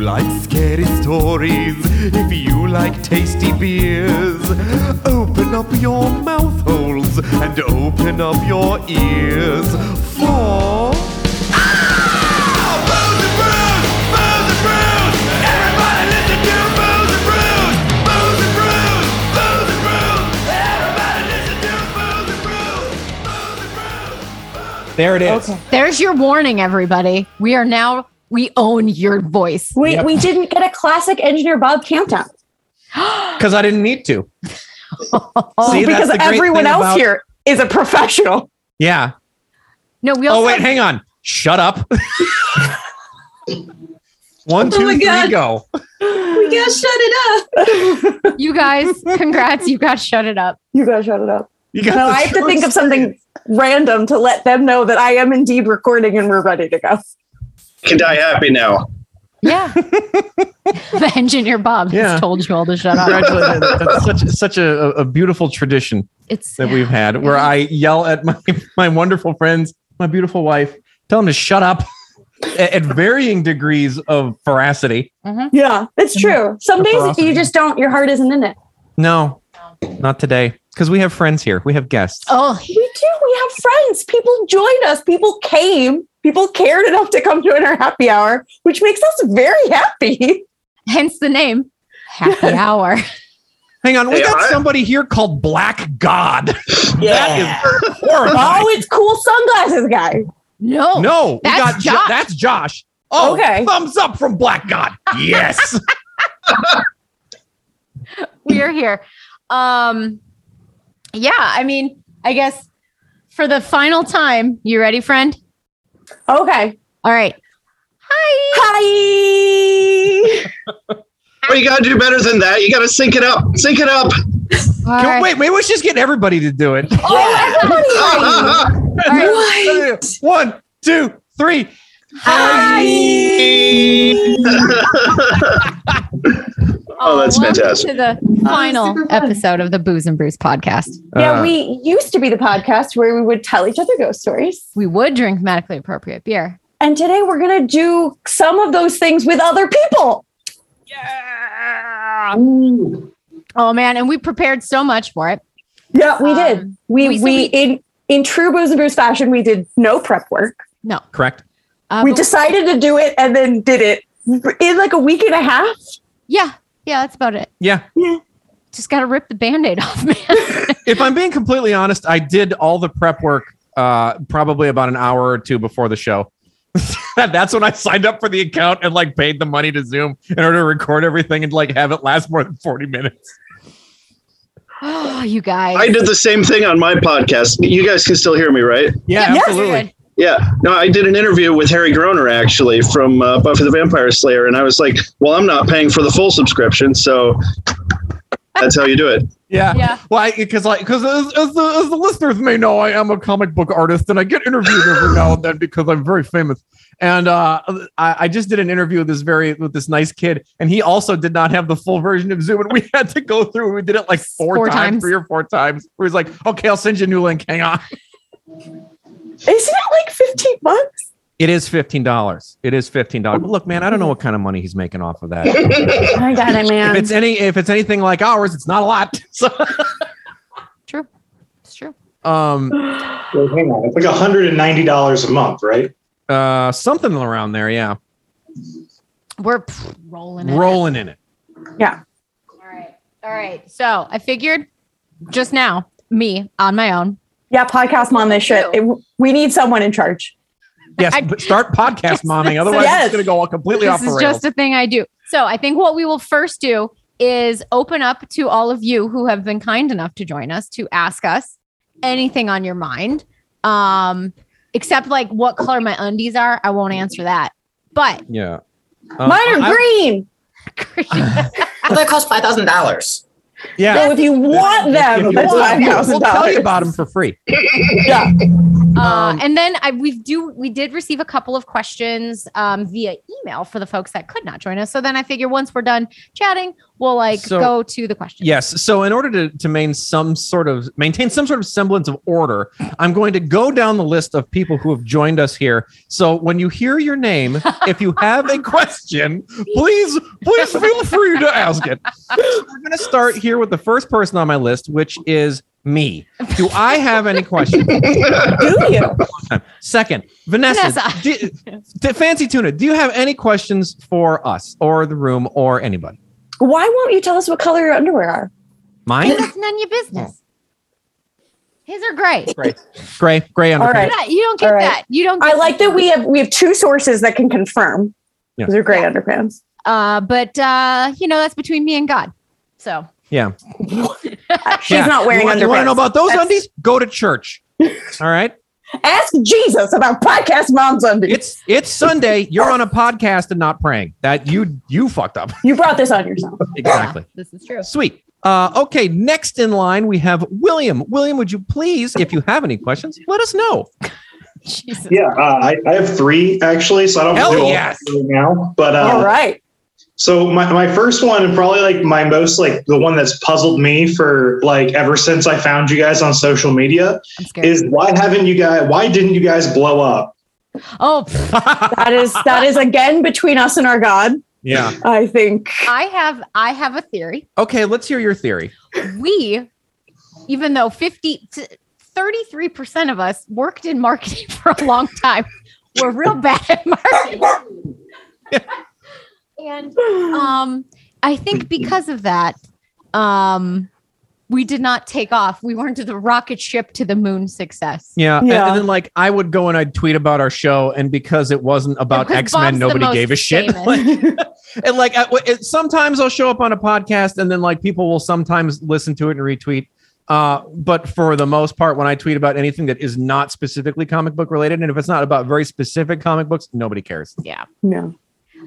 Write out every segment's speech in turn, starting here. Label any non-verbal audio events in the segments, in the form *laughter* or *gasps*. like scary stories, if you like tasty beers, open up your mouth holes and open up your ears for. There it is. There's your warning, everybody. We are now, we own your voice. We, Yep. we didn't get a classic engineer Bob countdown. Because I didn't need to. Oh, See, that's because the great everyone thing else about- here is a professional. Yeah. No, we also Oh, wait, hang on. Shut up. *laughs* One, Oh two, my three, God. go. We gotta shut it up. *laughs* you guys, congrats, you guys shut it up. You gotta shut it up. You got No, the I have to think of first. something random to let them know that I am indeed recording and we're ready to go. can die happy now. *laughs* Yeah. the engineer Bob Yeah. has told you all to shut up. Congratulations. That's such, such a, a beautiful tradition It's that we've had where I yell at my, *laughs* my wonderful friends, my beautiful wife, tell them to shut up *laughs* at, at varying degrees of veracity. Mm-hmm. Yeah, it's true. Some days you just don't, your heart isn't in it. No, not today. Because we have friends here. We have guests. Oh, We do. We have friends. People joined us. People came. People cared enough to come join our happy hour, which makes us very happy. hence the name. *laughs* Happy hour. Hang on. We Hey, got I- somebody here called Black God. *laughs* That is Oh, horrifying. it's cool sunglasses guy. No. No, we Oh, That's got Jo- Josh. that's Josh. Oh, Okay. Thumbs up from Black God. *laughs* Yes. we are here. Um, yeah, I mean, I guess for the final time, you ready, friend? Okay. All right. Hi. Hi. Well, you gotta do better than that. You gotta sync it up. Sync it up. All Can- right. Wait, maybe we should just get everybody to do it. Oh, *laughs* Ah, everybody's ready. ah, ah. All right. One, two, three. *laughs* Oh, that's welcome fantastic. To the final super fun. episode of the Booze and Brews podcast. Yeah, Uh, we used to be the podcast where we would tell each other ghost stories. We would drink medically appropriate beer. And today we're going to do some of those things with other people. Yeah. Um, Oh man, and we prepared so much for it. Yeah, we Um, did. we- We we, so we- in in true booze and brews fashion, we did no prep work. No. correct. Uh, we but- decided to do it and then did it in like a week and a half. Yeah. Yeah, that's about it. Yeah. Just gotta rip the band-aid *laughs* off, man. If I'm being completely honest, I did all the prep work uh, probably about an hour or two before the show. *laughs* That's when I signed up for the account and like paid the money to Zoom in order to record everything and like have it last more than 40 minutes. oh, you guys. I did the same thing on my podcast. You guys can still hear me, right? Yeah, Yeah, absolutely. Yeah. No, I did an interview with Harry Groner actually from uh, Buffy the Vampire Slayer, and I was like, "Well, I'm not paying for the full subscription, so that's how you do it." Yeah. Yeah. Why? Because like, because as, as, the, as the listeners may know, I am a comic book artist, and I get interviewed every now and then because I'm very famous. And uh, I, I just did an interview with this very with this nice kid, and he also did not have the full version of Zoom, and we *laughs* had to go through. We did it like four, Four times, times. three or four times. Where he's like, "Okay, I'll send you a new link. Hang on." Isn't it *laughs* like 15 months? It is fifteen dollars. It is fifteen dollars. Look, man, I don't know what kind of money he's making off *laughs* of that. if I got it, man. it's any, if it's anything like ours, it's not a lot. *laughs* So, True. It's true. um, Well, hang on. It's like $190 a month, right? uh, something around there. Yeah, We're pff, rolling it. rolling in it. All right. All right. So I figured just now, me on my own. yeah, podcast mom this shit. It- we need someone in charge. Yes, I- but *laughs* start podcast momming. Otherwise, Yes. it's going to go all completely this off the is rails. just a thing I do. So I think what we will first do is open up to all of you who have been kind enough to join us to ask us anything on your mind. Um, except like what color my undies are. I won't answer that. But yeah. Um, Mine are Uh, I- green. Well, that costs five thousand dollars. Yeah. so if you want If them, you that's want, five we'll- thousand We'll tell you dollars. about them for free. Yeah. Uh, Um, and then I, we do we did receive a couple of questions um, via email for the folks that could not join us. So then I figure once we're done chatting, we'll like So- go to the questions. Yes. So in order to, to maintain some sort of maintain some sort of semblance of order, I'm going to go down the list of people who have joined us here. So when you hear your name, *laughs* if you have a question, please please feel free to ask it. So we're going to start here with the first person on my list, which is me. Do I have any questions? Do you? Second, Vanessa, Vanessa. do- t- Fancy Tuna, do you have any questions for us or the room or anybody? Why won't you tell us what color your underwear are? Mine? That's none of your business. His are great. Gray. Gray, gray underpants. right. Yeah, you don't get All right. that. You don't. Get I like that we have we have two sources that can confirm. Yeah. Those are great underpants. Uh, but uh, you know that's between me and God. So Yeah. Uh, She's Yeah. not wearing you want, You want underpants. to know about those That's- undies? Go to church. *laughs* All right. Ask Jesus about podcast mom's undies. It's it's Sunday. You're on a podcast and not praying. That you you fucked up. You brought this on yourself. *laughs* Exactly. this is true. Sweet. Uh, okay. Next in line we have William. William, would you please, if you have any questions, let us *laughs* know. Jesus. Yeah, uh, I, I have three actually, so I don't Hell do all yes. three now. But uh, All right. So my, my first one and probably like my most like the one that's puzzled me for like ever since I found you guys on social media I'm scared. is why haven't you guys why didn't you guys blow up? oh, pff, That is that is again between us and our God. yeah. I think. I have I have a theory. Okay. Let's hear your theory. we, even though 50 t- 33% of us worked in marketing *laughs* for a long time, we're *laughs* real bad at marketing. and um, I think because of that, um, we did not take off. We weren't the rocket ship to the moon success. Yeah. And, Yeah. and then like I would go and I'd tweet about our show, and because it wasn't about Because X Men, Bob's the nobody most gave a shit. famous. *laughs* Like, and like I, it, sometimes I'll show up on a podcast, and then like people will sometimes listen to it and retweet. Uh, but for the most part, when I tweet about anything that is not specifically comic book related, and if it's not about very specific comic books, nobody cares. yeah. No.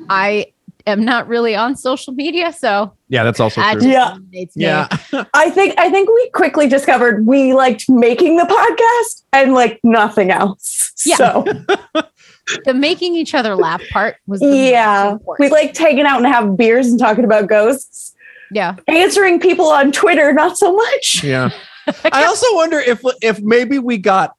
I am not really on social media, so Yeah, that's also that true. just Yeah. eliminates me. yeah, *laughs* I think I think we quickly discovered we liked making the podcast and like nothing else. Yeah. So The making each other laugh part was the most yeah. We important. liked hanging out and having beers and talking about ghosts. yeah. Answering people on Twitter, not so much. yeah. *laughs* I also wonder if if maybe we got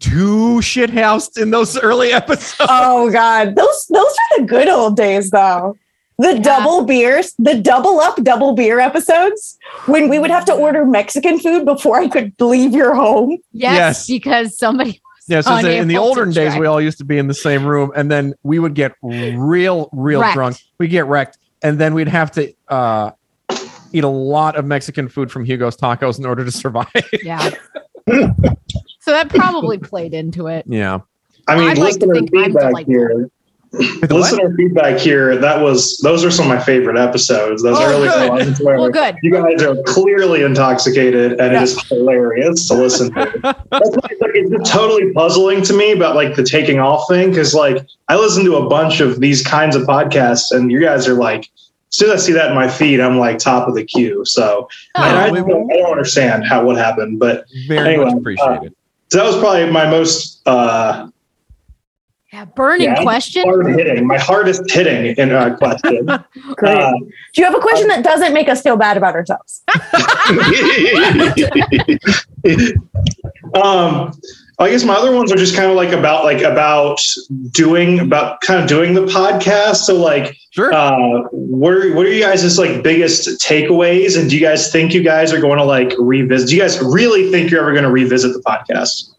too shithoused in those early episodes. Oh God. Those those are the good old days though. The Yeah. double beers, the double up double beer episodes when we would have to order Mexican food before I could leave your home. Yes, Yes. because somebody. Yeah, so in the- in the Unable to olden days, track. we all used to be in the same room, and then we would get real, real Wrecked. drunk. We get wrecked, and then we'd have to uh, eat a lot of Mexican food from Hugo's Tacos in order to *laughs* survive. Yeah. so that probably played into it. yeah, I mean I'd like to listener think I'm feedback delightful. here. what? listener feedback here, that was those are some of my favorite episodes. Those Oh, early good. ones where Well, good. you guys are clearly intoxicated and it is hilarious to listen *laughs* to. That's why it's, like, it's just totally puzzling to me about like the taking off thing because like I listen to a bunch of these kinds of podcasts and you guys are like as soon as I see that in my feed, I'm like top of the queue. So Oh, and I, we just don't, I don't understand how what happened, but very Anyway, uh, much appreciated. so that was probably my most uh, Yeah, burning Yeah. question. hard hitting, my hardest hitting in uh, question. Great. Uh, *laughs* Do you have a question um, that doesn't make us feel bad *laughs* about ourselves? um i guess my other ones are just kind of like about like about doing about kind of doing the podcast so like sure. uh what are what are you guys just like biggest takeaways and do you guys think you guys are going to like revisit do you guys really think you're ever going to revisit the podcast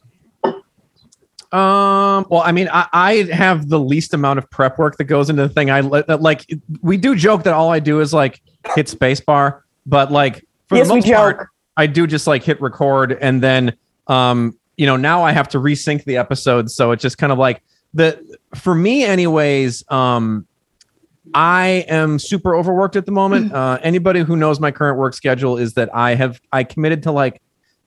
Um. Well, I mean, I, I have the least amount of prep work that goes into the thing. I li- uh, like we do joke that all I do is like hit spacebar, but like for Yes, the we most part, joke. I do just like hit record and then um you know now I have to resync the episode, so it's just kind of like the for me anyways um I am super overworked at the moment. Uh, anybody who knows my current work schedule is that I have I committed to like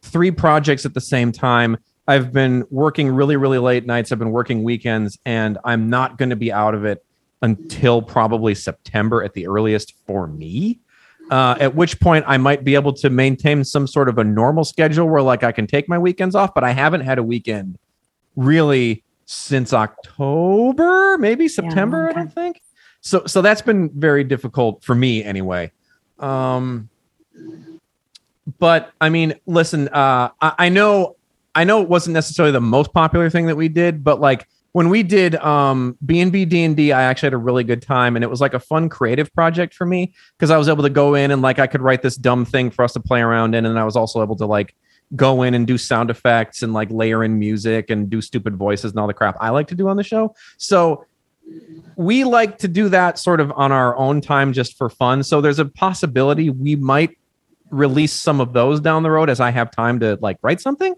three projects at the same time. I've been working really, really late nights. I've been working weekends, and I'm not going to be out of it until probably September at the earliest for me. Uh, at which point I might be able to maintain some sort of a normal schedule where like I can take my weekends off, but I haven't had a weekend really since October, maybe September, I don't think. So so that's been very difficult for me anyway. Um but I mean, listen, uh I, I know I know it wasn't necessarily the most popular thing that we did, but like when we did um B&B D&D, I actually had a really good time and it was like a fun creative project for me because I was able to go in and like I could write this dumb thing for us to play around in and I was also able to like go in and do sound effects and like layer in music and do stupid voices and all the crap I like to do on the show. So we like to do that sort of on our own time just for fun. So there's a possibility we might release some of those down the road as I have time to like write something.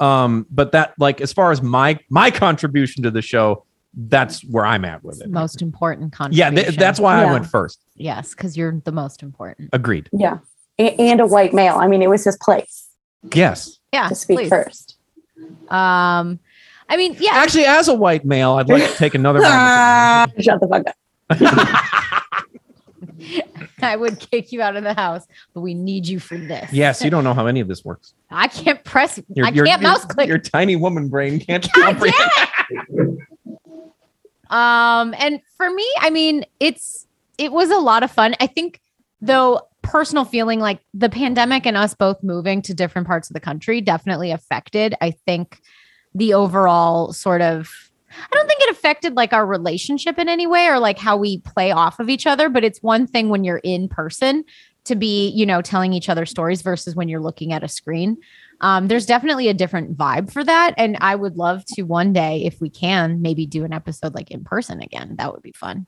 Um, but that like as far as my my contribution to the show, that's where I'm at with it. most important Yeah, contribution. th- that's why I Yeah. went first. Yes, because you're the most important. Agreed. Yeah. A- and a white male. I mean, it was his place Yes. Yeah, to speak please. first. Um, I mean, yeah, Actually, as a white male, I'd like to take another *laughs* moment. *laughs* Shut the fuck up. I would kick you out of the house, but we need you for this. Yes, *laughs* you don't know how any of this works. I can't press. Your- I your- can't your- mouse click. Your tiny woman brain can't God damn comprehend. it! um, and for me, I mean, it's it was a lot of fun. I think though personal feeling like the pandemic and us both moving to different parts of the country definitely affected i think the overall sort of i don't think it affected like our relationship in any way or like how we play off of each other but it's one thing when you're in person to be you know telling each other stories versus when you're looking at a screen um, there's definitely a different vibe for that and i would love to one day if we can maybe do an episode like in person again that would be fun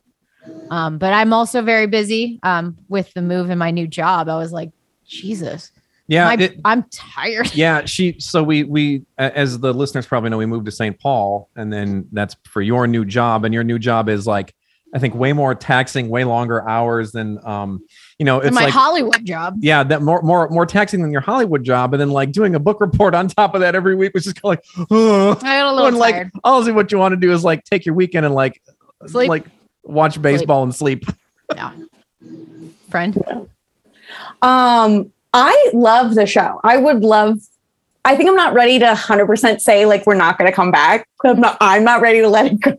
um, but I'm also very busy um, with the move and my new job. I was like, Jesus, Yeah, my- it- I'm tired. *laughs* yeah she so we we a- as the listeners probably know we moved to st paul and then that's for your new job and your new job is like i think way more taxing way longer hours than um you know it's my like Hollywood job. yeah that more more more taxing than your hollywood job and then like doing a book report on top of that every week was just kind of like oh I got a and little like tired. honestly what you want to do is like take your weekend and like Sleep. like watch baseball and sleep Friend, Um, I love the show. I would love. I think I'm not ready to 100% say like we're not going to come back. I'm not. I'm not ready to let it go.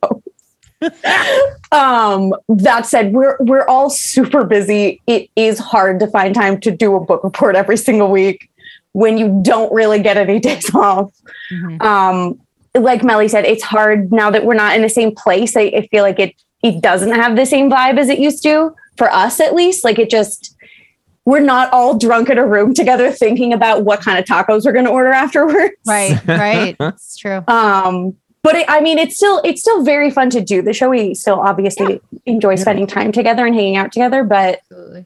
um, that said, we're we're all super busy. It is hard to find time to do a book report every single week when you don't really get any *laughs* days off. Mhm. Um, like Melly said, it's hard now that we're not in the same place. I, I feel like it it doesn't have the same vibe as it used to for us, at least. Like it just we're not all drunk in a room together thinking about what kind of tacos we're going to order afterwards. *laughs* right, right. *laughs* It's true. Um, but it, I mean, it's still it's still very fun to do the show. We still obviously enjoy spending time together and hanging out together. But Absolutely.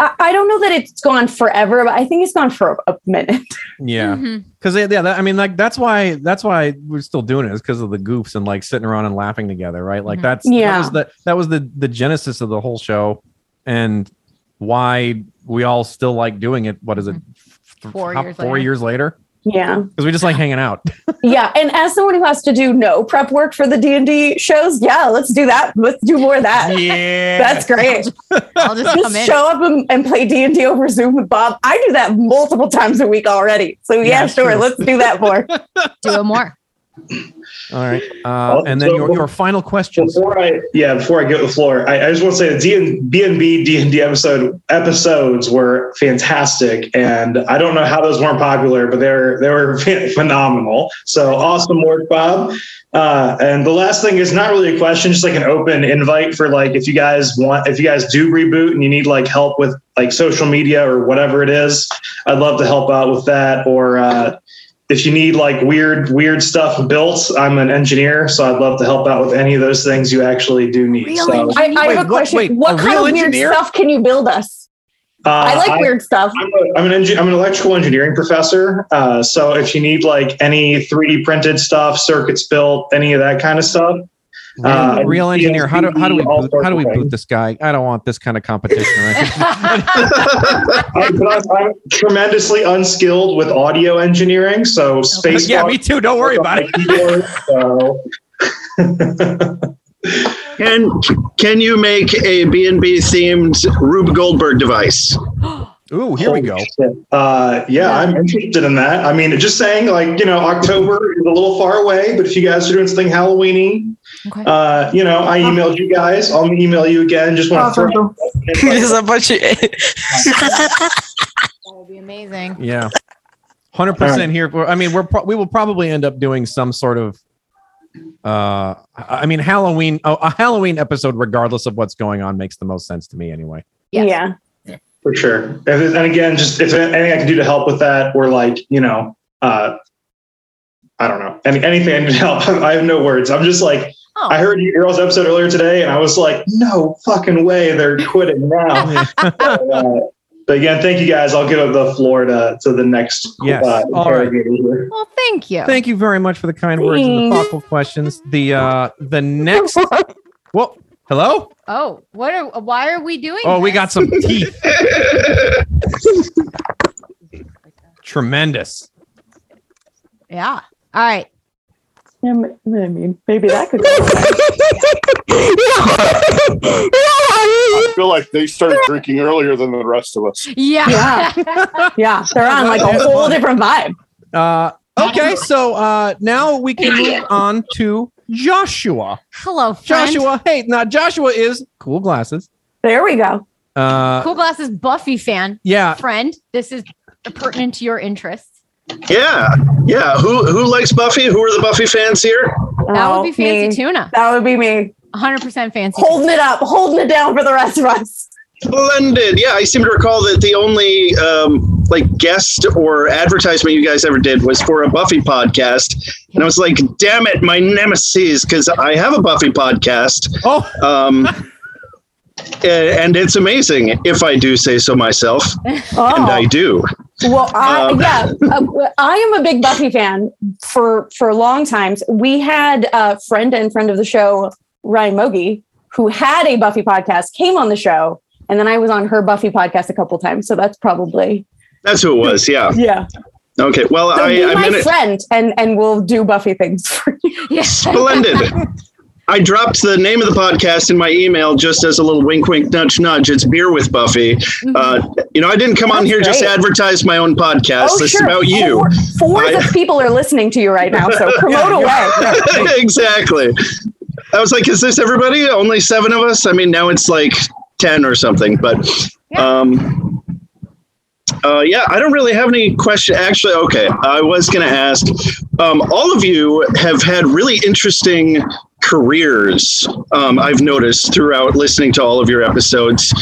I, I don't know that it's gone forever. But I think it's gone for a, a minute. *laughs* yeah Mhm. Because yeah, that, I mean, like that's why that's why we're still doing it is because of the goofs and like sitting around and laughing together, right? Like Mhm. that's that Yeah. was the that was the the genesis of the whole show, and why we all still like doing it. What is it? th- Mm-hmm. Four how- years four later. years later, Yeah, because we just like hanging out. *laughs* yeah. And as someone who has to do no prep work for the D and D shows, yeah, let's do that. Let's do more of that. yeah, That's great. I'll just come Just in. show up and, and play D and D over Zoom with Bob. I do that multiple times a week already. So yeah, Yeah, sure, true. let's do that more. *laughs* Do it more. all right. Uh, and then so- your your final questions. Before I yeah, before I get the floor, I, I just want to say the D and B and B D and D episode episodes were fantastic, and I don't know how those weren't popular, but they were they were *laughs* phenomenal. So awesome work, Bob. Uh, and the last thing is not really a question, just like an open invite for like if you guys want if you guys do reboot and you need like help with like social media or whatever it is, I'd love to help out with that or. Uh, if you need like weird weird stuff built i'm an engineer so i'd love to help out with any of those things you actually do need Real so engineer. I, I Wait, have a what- question. wait, what a kind real of weird engineer? stuff can you build us? uh, I like weird stuff. I'm, a, I'm an engi- I'm an electrical engineering professor uh, so if you need like any 3d printed stuff circuits built any of that kind of stuff Real, Uh, real engineer. How do how do we all boot, how do we sorts *laughs* of boot this guy? I don't want this kind of competition. *laughs* Right? I, but *laughs* I'm, I'm tremendously unskilled with audio engineering so space yeah, me too. Don't worry about it. *laughs* so. Can can you make a B and B themed Rube Goldberg device? Ooh, here we go. Uh, yeah, I'm interested in that. I mean, just saying, like, you know, October is a little far away, but if you guys are doing something Halloweeny, Okay. uh, you know, I emailed you guys. I'll email Oh, you again. Just want to throw. *laughs* There's a bunch of. That would be amazing. *laughs* Yeah. 100% here for I mean we're pro- we will probably end up doing some sort of uh I I mean Halloween oh, a- a Halloween episode regardless of what's going on makes the most sense to me anyway. Yes. Yeah. For sure. If it- and again, just if anything I can do to help with that, or like, you know, uh, I don't know, any, anything I can do to help. *laughs* I have no words. I'm just like, Oh. I heard your girls' episode earlier today, and I was like, no fucking way, they're quitting *laughs* now. Uh, *laughs* but again, thank you guys. I'll give the floor to, to the next. uh, Yes. All right. interrogator here. well, thank you. Thank you very much for the kind words and the thoughtful questions. The uh the *laughs* next Well, hello? oh, what are? Why are we doing? Oh, we this? got some *laughs* teeth. Tremendous. Yeah. All right. Yeah, m- I mean, maybe that could go. I feel like they started drinking earlier than the rest of us. Yeah. *laughs* yeah, *laughs* they're on like a *laughs* whole different vibe. Uh okay, so uh now we can move on to Joshua. Hello, friend. Joshua, hey, now Joshua is cool glasses. There we go. Uh, Cool glasses Buffy fan. yeah, Friend, this is pertinent to your interests. Yeah, yeah. Who who likes Buffy? Who are the Buffy fans here? That Oh, would be fancy me. tuna. That would be me 100% fancy. holding it up, holding it down for the rest of us. Splendid. Yeah, I seem to recall that the only um, like guest or advertisement you guys ever did was for a Buffy podcast, and I was like, "Damn it, my nemesis!" Because I have a Buffy podcast, Oh, um, a- and it's amazing if I do say so *laughs* myself, Oh. and I do. Well, I, Um, yeah, uh, I am a big Buffy fan for for long times. We had a friend and friend of the show, Ryan Mogi, who had a Buffy podcast, came on the show, and then I was on her Buffy podcast a couple times. So that's probably That's who it was. Yeah. yeah. Okay. Well, So I, be I my meant it. friend, and and we'll do Buffy things *laughs* for you. Yeah. Splendid. I dropped the name of the podcast in my email just as a little wink, wink, nudge, nudge. It's Beer with Buffy. Uh, you know, I didn't come on Mm-hmm. That's here just to great. advertise my own podcast. Oh, it's sure. about you. Four, fours *laughs* I- of people are listening to you right now, *laughs* so promote away. exactly. I was like, is this everybody? Only seven of us? I mean, now it's like 10 or something, but. Um, uh, yeah, I don't really have any question. Actually, okay, I was going to ask. Um, all of you have had really interesting careers. Um, I've noticed throughout listening to all of your episodes.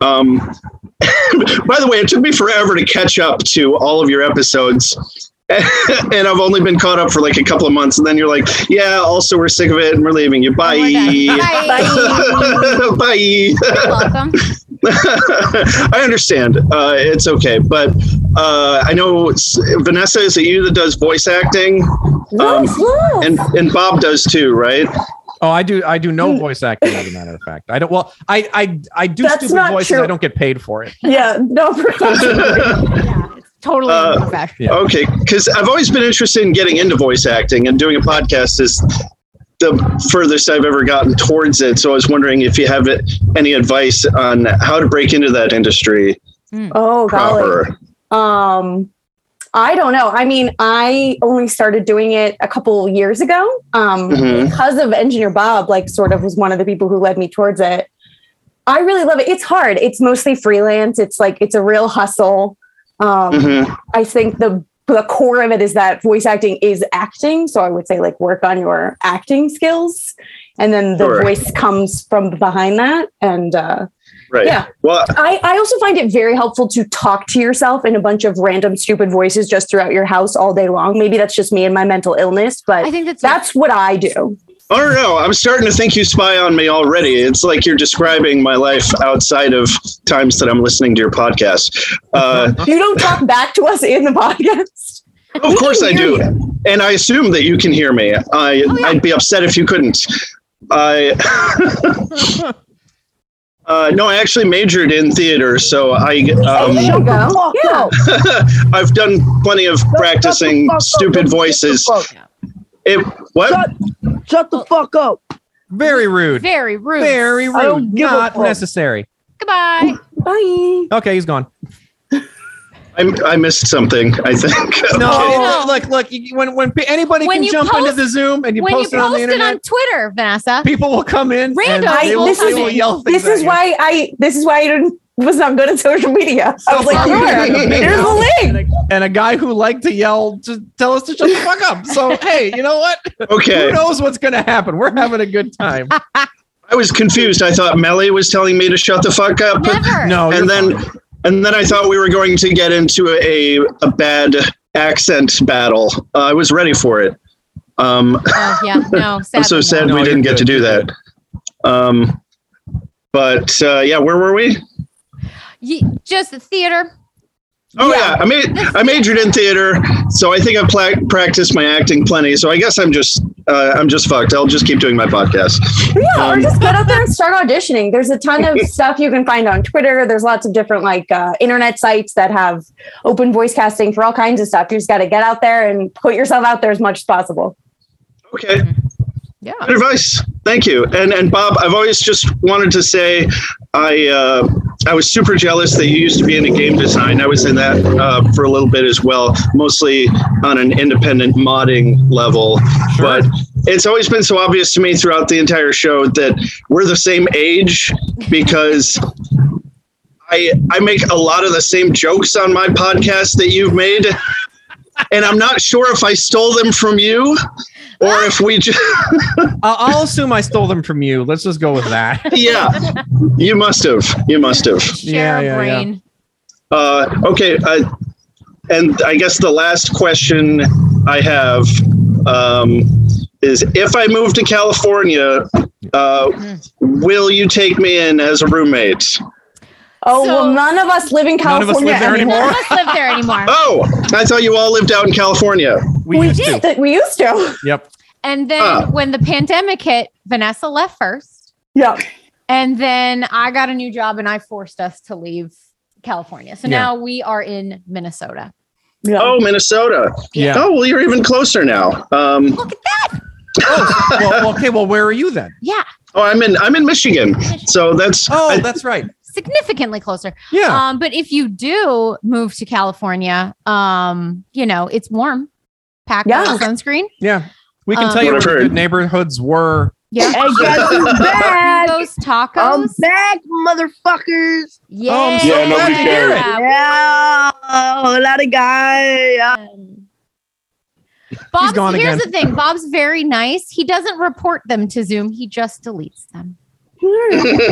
Um, *laughs* by the way, it took me forever to catch up to all of your episodes. *laughs* and I've only been caught up for like a couple of months, and then you're like, "Yeah, also we're sick of it, and we're leaving you. Bye, Bye. *laughs* bye." You're welcome. *laughs* I understand. Uh, it's okay, but uh, I know s- Vanessa. Is it you that does voice acting? Um, Nice, love. And and Bob does too, right? oh, I do. I do no voice acting. As a matter of fact, I don't. Well, I, I, I do That's stupid not voices. true. I don't get paid for it. yeah, no, *laughs* Yeah. It's totally Uh, professional. Yeah. Okay, because I've always been interested in getting into voice acting, and doing a podcast is the furthest I've ever gotten towards it. So I was wondering if you have any advice on how to break into that industry oh golly. proper. Um, I don't know. I mean, I only started doing it a couple years ago um, Mhm. because of Engineer Bob. Like, sort of was one of the people who led me towards it. I really love it. It's hard. It's mostly freelance. It's like it's a real hustle. Um, Mm-hmm. Mhm. I think the the core of it is that voice acting is acting. So I would say like work on your acting skills, and then the Sure. voice comes from behind that. And uh, Right. Uh, Yeah. Well, I, I also find it very helpful to talk to yourself in a bunch of random stupid voices just throughout your house all day long. Maybe that's just me and my mental illness, but I think that's that's what I do. I don't know. I'm starting to think you spy on me already. It's like you're describing my life outside of times that I'm listening to your podcast. Uh, You don't talk back to us in the *laughs* podcast. of course I do, and I assume that you can hear me. I Oh, I'd be upset if you couldn't. I. *laughs* Uh, no, I actually majored in theater, so I Oh, there you um, go. Yeah. *laughs* I've done plenty of practicing stupid voices. It what? Shut the fuck up. Oh. Very rude. very rude. Very I don't rude. give a Not fuck. necessary. Goodbye. Bye. Okay, he's gone. I'm, I missed something. I think. *laughs* Okay. No, look, look. you- When when pe- anybody When can you jump post- into the Zoom and you when post you it on post the it on internet, Twitter, Vanessa, people will come in. and Random. they I, will, this they is, will yell things this is at you. why I this is why I didn't was not good at social media. I was like, far, we've had a *laughs* here, big here's house the link. and a guy who liked to yell to tell us to shut the fuck up. *laughs* So hey, you know what? Okay. Who knows what's gonna happen? We're having a good *laughs* time. I was confused. I thought Melly was telling me to shut the fuck up. never. No, and then and then I thought we were going to get into a a bad accent battle. Uh, I was ready for it. Um, Oh, yeah, no. I'm so sadly, sad no. we didn't get to do that. Um, but uh, yeah, where were we? Ye- just the theater. Oh yeah, I made I majored in theater, so I think I pla- practiced my acting plenty. So I guess I'm just uh, I'm just fucked. I'll just keep doing my podcast. Yeah, Um, or just get out there and start auditioning. There's a *laughs* ton of stuff you can find on Twitter. There's lots of different like uh, internet sites that have open voice casting for all kinds of stuff. You just got to get out there and put yourself out there as much as possible. Okay. Yeah. Good advice. Thank you. And and Bob, I've always just wanted to say, I uh, I was super jealous that you used to be into game design. I was in that uh, for a little bit as well, mostly on an independent modding level. But it's always been so obvious to me throughout the entire show that we're the same age because. I, I make a lot of the same jokes on my podcast that you've made, and I'm not sure if I stole them from you or if we *laughs* just I'll, I'll assume I stole them from you. Let's just go with that. *laughs* yeah you must have you *laughs* must have Share a brain. uh, okay I, and i guess the last question i have um, is if i move to california uh, Mm-hmm. will you take me in as a roommate Oh So- well, none of us live in None of us California live there anymore. None anymore. of us live there anymore. oh i thought you all lived out in california We, We used did. to. That we used to. Yep. And then Ah. when the pandemic hit, Vanessa left first. Yeah. And then I got a new job and I forced us to leave California. So Yeah. now we are in Minnesota. yeah. oh minnesota Yeah. oh well you're even closer now um, Look at that. Oh, well, okay. Well, where are you then? Yeah. oh i'm in i'm in michigan so that's Oh, I- that's right. Significantly closer. Yeah. Um, but if you do move to California, um, you know, it's warm. Pack Yeah. on sunscreen. *laughs* Yeah. We can um, tell you what What I've the heard. good neighborhoods were. Yeah. Hey, guys, I'm back. Those tacos. I'm back, motherfuckers. yeah. Oh, I'm so Yeah, nobody glad to hear cared. Yeah. Um, Yeah, hola de guy. Bob's, gone here's again. the thing. Bob's very nice. He doesn't report them to Zoom. He just deletes them.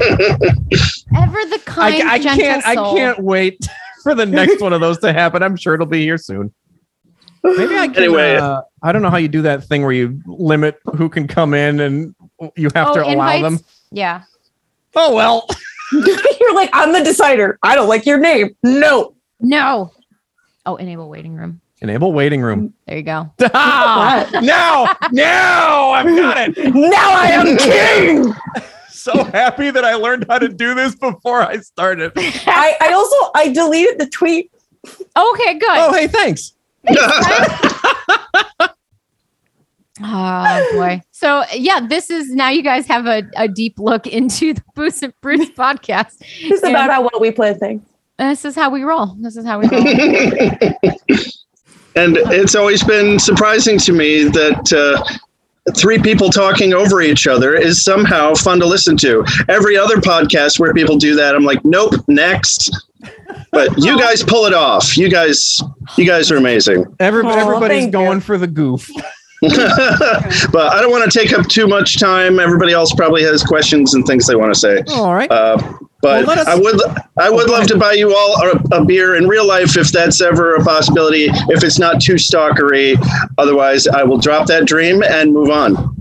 Ever the kind, I, I gentle can't. I soul. can't wait *laughs* for the next one of those to happen. I'm sure it'll be here soon. Maybe I can. Anyway. Uh, I don't know how you do that thing where you limit who can come in and you have Oh, to allow invites? them. Yeah. Oh well. *laughs* You're like, I'm the decider. I don't like your name. No. No. Oh, enable waiting room. Enable waiting *laughs* room. There you go. *laughs* Ah, *laughs* now, now I've got it. Now I am king. *laughs* So happy that I learned how to do this before I started. I, I also I deleted the tweet. Okay, good. Oh, hey, thanks. Oh boy. *laughs* So yeah, this is now you guys have a, a deep look into the *laughs* Bruce and Bruce podcast. It's Yeah. about how well we play things. And this is how we roll. This is how we roll. And it's always been surprising to me that uh, three people talking over each other is somehow fun to listen to. Every other podcast where people do that, I'm like, nope, next. But you Oh. guys pull it off. You guys, you guys are amazing. Every, Aw, everybody's thank you. going for the goof. but I don't want to take up too much time. Everybody else probably has questions and things they want to say. All right. Uh, but Well, let us- I would I would love to buy you all a, a beer in real life if that's ever a possibility. If it's not too stalkery, otherwise I will drop that dream and move on.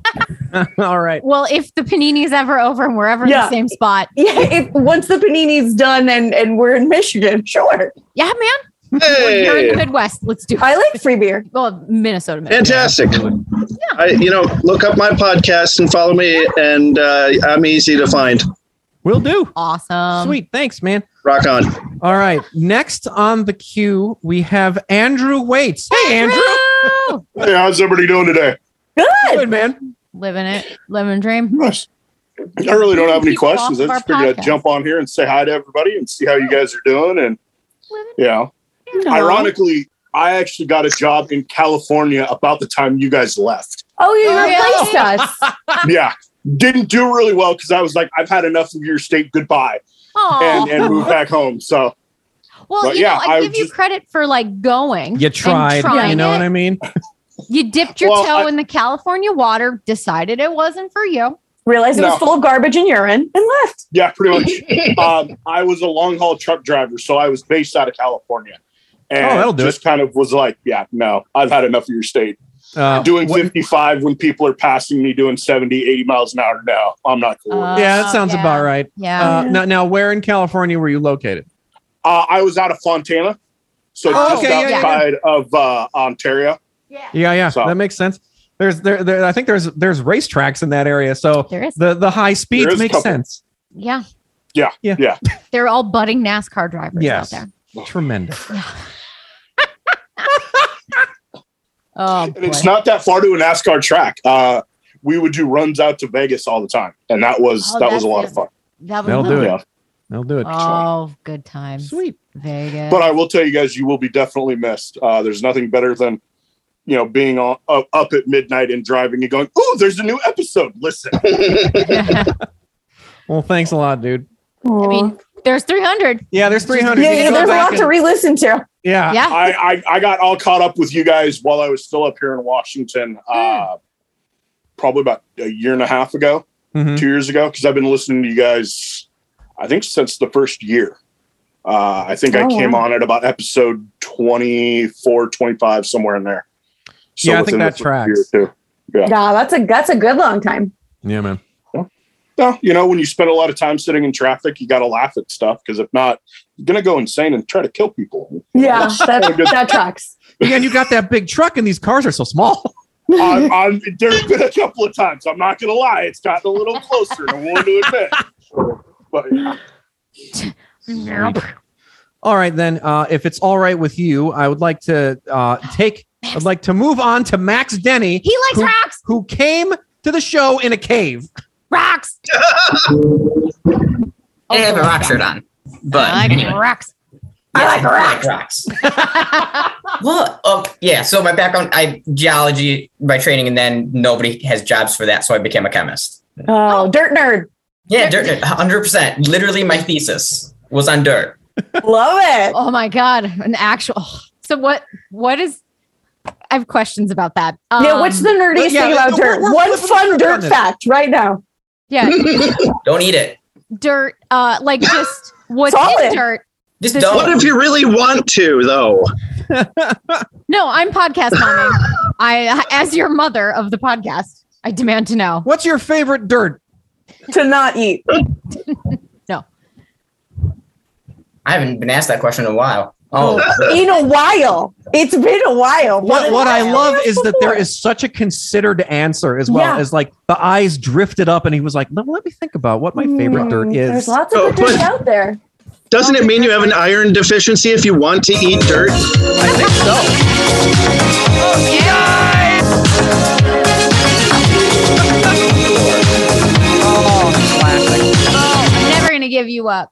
*laughs* All right. well, if the panini's ever over and we're ever in the Yeah. same spot. *laughs* Yeah, if once the panini's done and and we're in Michigan, *laughs* sure. Yeah, man. You're in Hey, the Midwest. Let's do it. I like free beer. Well, Minnesota. Minnesota. fantastic! I, you know, look up my podcast and follow me, and uh, I'm easy to find. Will do. Awesome. Sweet. Thanks, man. Rock on! All right. Next on the queue, we have Andrew Waits. Hey, Andrew. Woo! Hey, how's everybody doing today? Good, man. Living it. Living dream. Nice. I really don't have any People off questions. I of just our figured I'd podcast. jump on here and say hi to everybody and see how you guys are doing. And Living yeah, Ironically, I actually got a job in California about the time you guys left. *laughs* Oh, you replaced us. *laughs* yeah. Didn't do really well because I was like, I've had enough of your state. Goodbye. Aw. And, and moved back home. So, Well, But you yeah, know, I, I give you just- credit for like going. You *laughs* and tried. trying You know it. what I mean? You dipped your Well, toe I- in the California water, decided it wasn't for you. Realized it was No. full of garbage and urine and left. Yeah, pretty *laughs* much. um, I was a long haul truck driver, so I was based out of California, and Oh, that'll do just kind of was like, yeah, no, I've had enough of your state. Uh, doing 55 when people are passing me doing 70, 80 miles an hour now. I'm not cool. with it. yeah, that sounds about right. Uh, yeah. Uh, now, now, where in California were you located? Uh, I was out of Fontana, so Oh, just okay, yeah, yeah, yeah. outside of uh, Ontario. Yeah, yeah, that makes sense. There's there, there I think there's there's racetracks in that area, so There is. the the high There speeds is a makes couple. sense. Yeah. Yeah, yeah, yeah. They're all budding NASCAR drivers *laughs* Yes, out there. tremendous. Oh, And it's not that far to a NASCAR track. Uh, we would do runs out to Vegas all the time, and that was Oh, that that's was a lot the- of fun. That was They'll do Yeah. it. They'll do it. Oh, good times. Sweet. Vegas. But I will tell you guys, you will be definitely missed. Uh, there's nothing better than you know being on, uh, up at midnight and driving and going, "Oh, there's a new episode." Listen, Well, thanks a lot, dude. I mean, there's 300. *laughs* Yeah, there's 300. Yeah, You yeah, go there's a back lot to and- re-listen to. Yeah, Yeah. I, I I got all caught up with you guys while I was still up here in Washington, uh, probably about a year and a half ago, Mhm. two years ago, because I've been listening to you guys, I think since the first year. Uh, I think I Oh, came wow. on at about episode 24, 25, somewhere in there. Yeah, I think within the that first tracks. year or two. Yeah. Nah, that's a that's a good long time. Yeah, man. No, you know, when you spend a lot of time sitting in traffic, you got to laugh at stuff because if not, you're going to go insane and try to kill people. Yeah, *laughs* That's that, not a good- that tracks. Yeah, and you got that big truck, and these cars are so small. I'm, I'm, there's been a couple of times. I'm not going to lie. It's gotten a little closer, and I'm willing to admit. But yeah. *laughs* All right, then. Uh, if it's all right with you, I would like to uh, take. I'd like to move on to Max Denny. He likes who, rocks. Who came to the show in a cave? Rocks. I didn't have a rock shirt on, but I like anyway. rocks. I like rock rocks. well, um, yeah. So my background, I geology by training, and then nobody has jobs for that, so I became a chemist. Oh, dirt nerd. Yeah, dirt, hundred percent. Literally, my thesis was on dirt. Love it. Oh my God. An actual. oh, So what, what is, I have questions about that. Um, yeah, what's the nerdiest but yeah, thing about we're- dirt? we're- One we're- we're fun on dirt this. fact right now. *laughs* Yeah. Don't eat it. dirt, uh, like just what's in Solid. dirt. Just This- don't. What if you really want to, though? No, I'm podcast momming. I, as your mother of the podcast, I demand to know. Oh, What's your favorite dirt? To not eat. I haven't been asked that question in a while. Oh, In a while. It's been a while. What but- What I love is that there is such a considered answer as well Yeah. as like the eyes drifted up, and he was like, "Let, let me think about what my favorite Mm, dirt There's is." lots of good Oh, dirt but- out there. Doesn't it mean you have an iron deficiency if you want to eat dirt? I think so. Oh, never gonna give you up.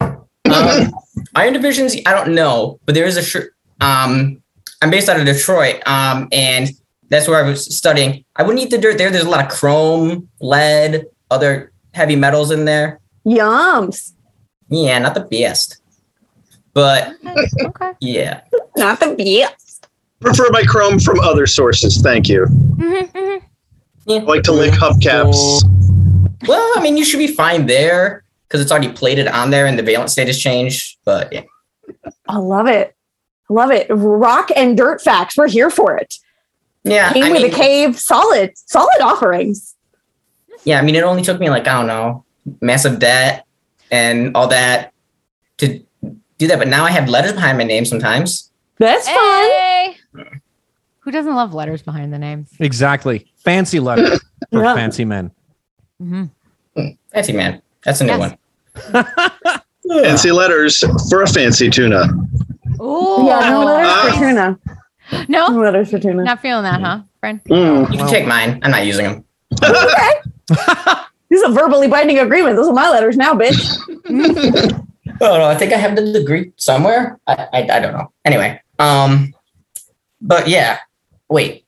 um, Iron Divisions, I don't know, but there is a shirt. Um, I'm based out of Detroit, um, and that's where I was studying. I wouldn't eat the dirt there. There's a lot of chrome, lead, other heavy metals in there. Yums. Yeah, not the best, *laughs* but Okay. yeah. Not the best. Prefer my chrome from other sources. Thank you. I like to lick hubcaps. Well, I mean, you should be fine there because it's already plated on there, and the valence state has changed. But yeah, I love it. I love it. Rock and dirt facts. We're here for it. yeah. Came I with mean, a cave. Solid, solid offerings. yeah, I mean, it only took me like I don't know, massive debt and all that to do that. But now I have letters behind my name sometimes. That's fun. Hey. Who doesn't love letters behind the name? Exactly. Fancy letters *laughs* for Yeah. fancy men. Mhm. Fancy man. That's a new Yes. one. *laughs* Fancy letters for a fancy tuna. Ooh. Yeah, no letters Ah. for tuna. No no, letters for tuna. not feeling that, huh, friend? Mm. You can take mine. I'm not using them. This is a verbally binding agreement. Those are my letters now, bitch. Oh no, I think I have the degree somewhere. I, I, I don't know. Anyway, um, but yeah, wait.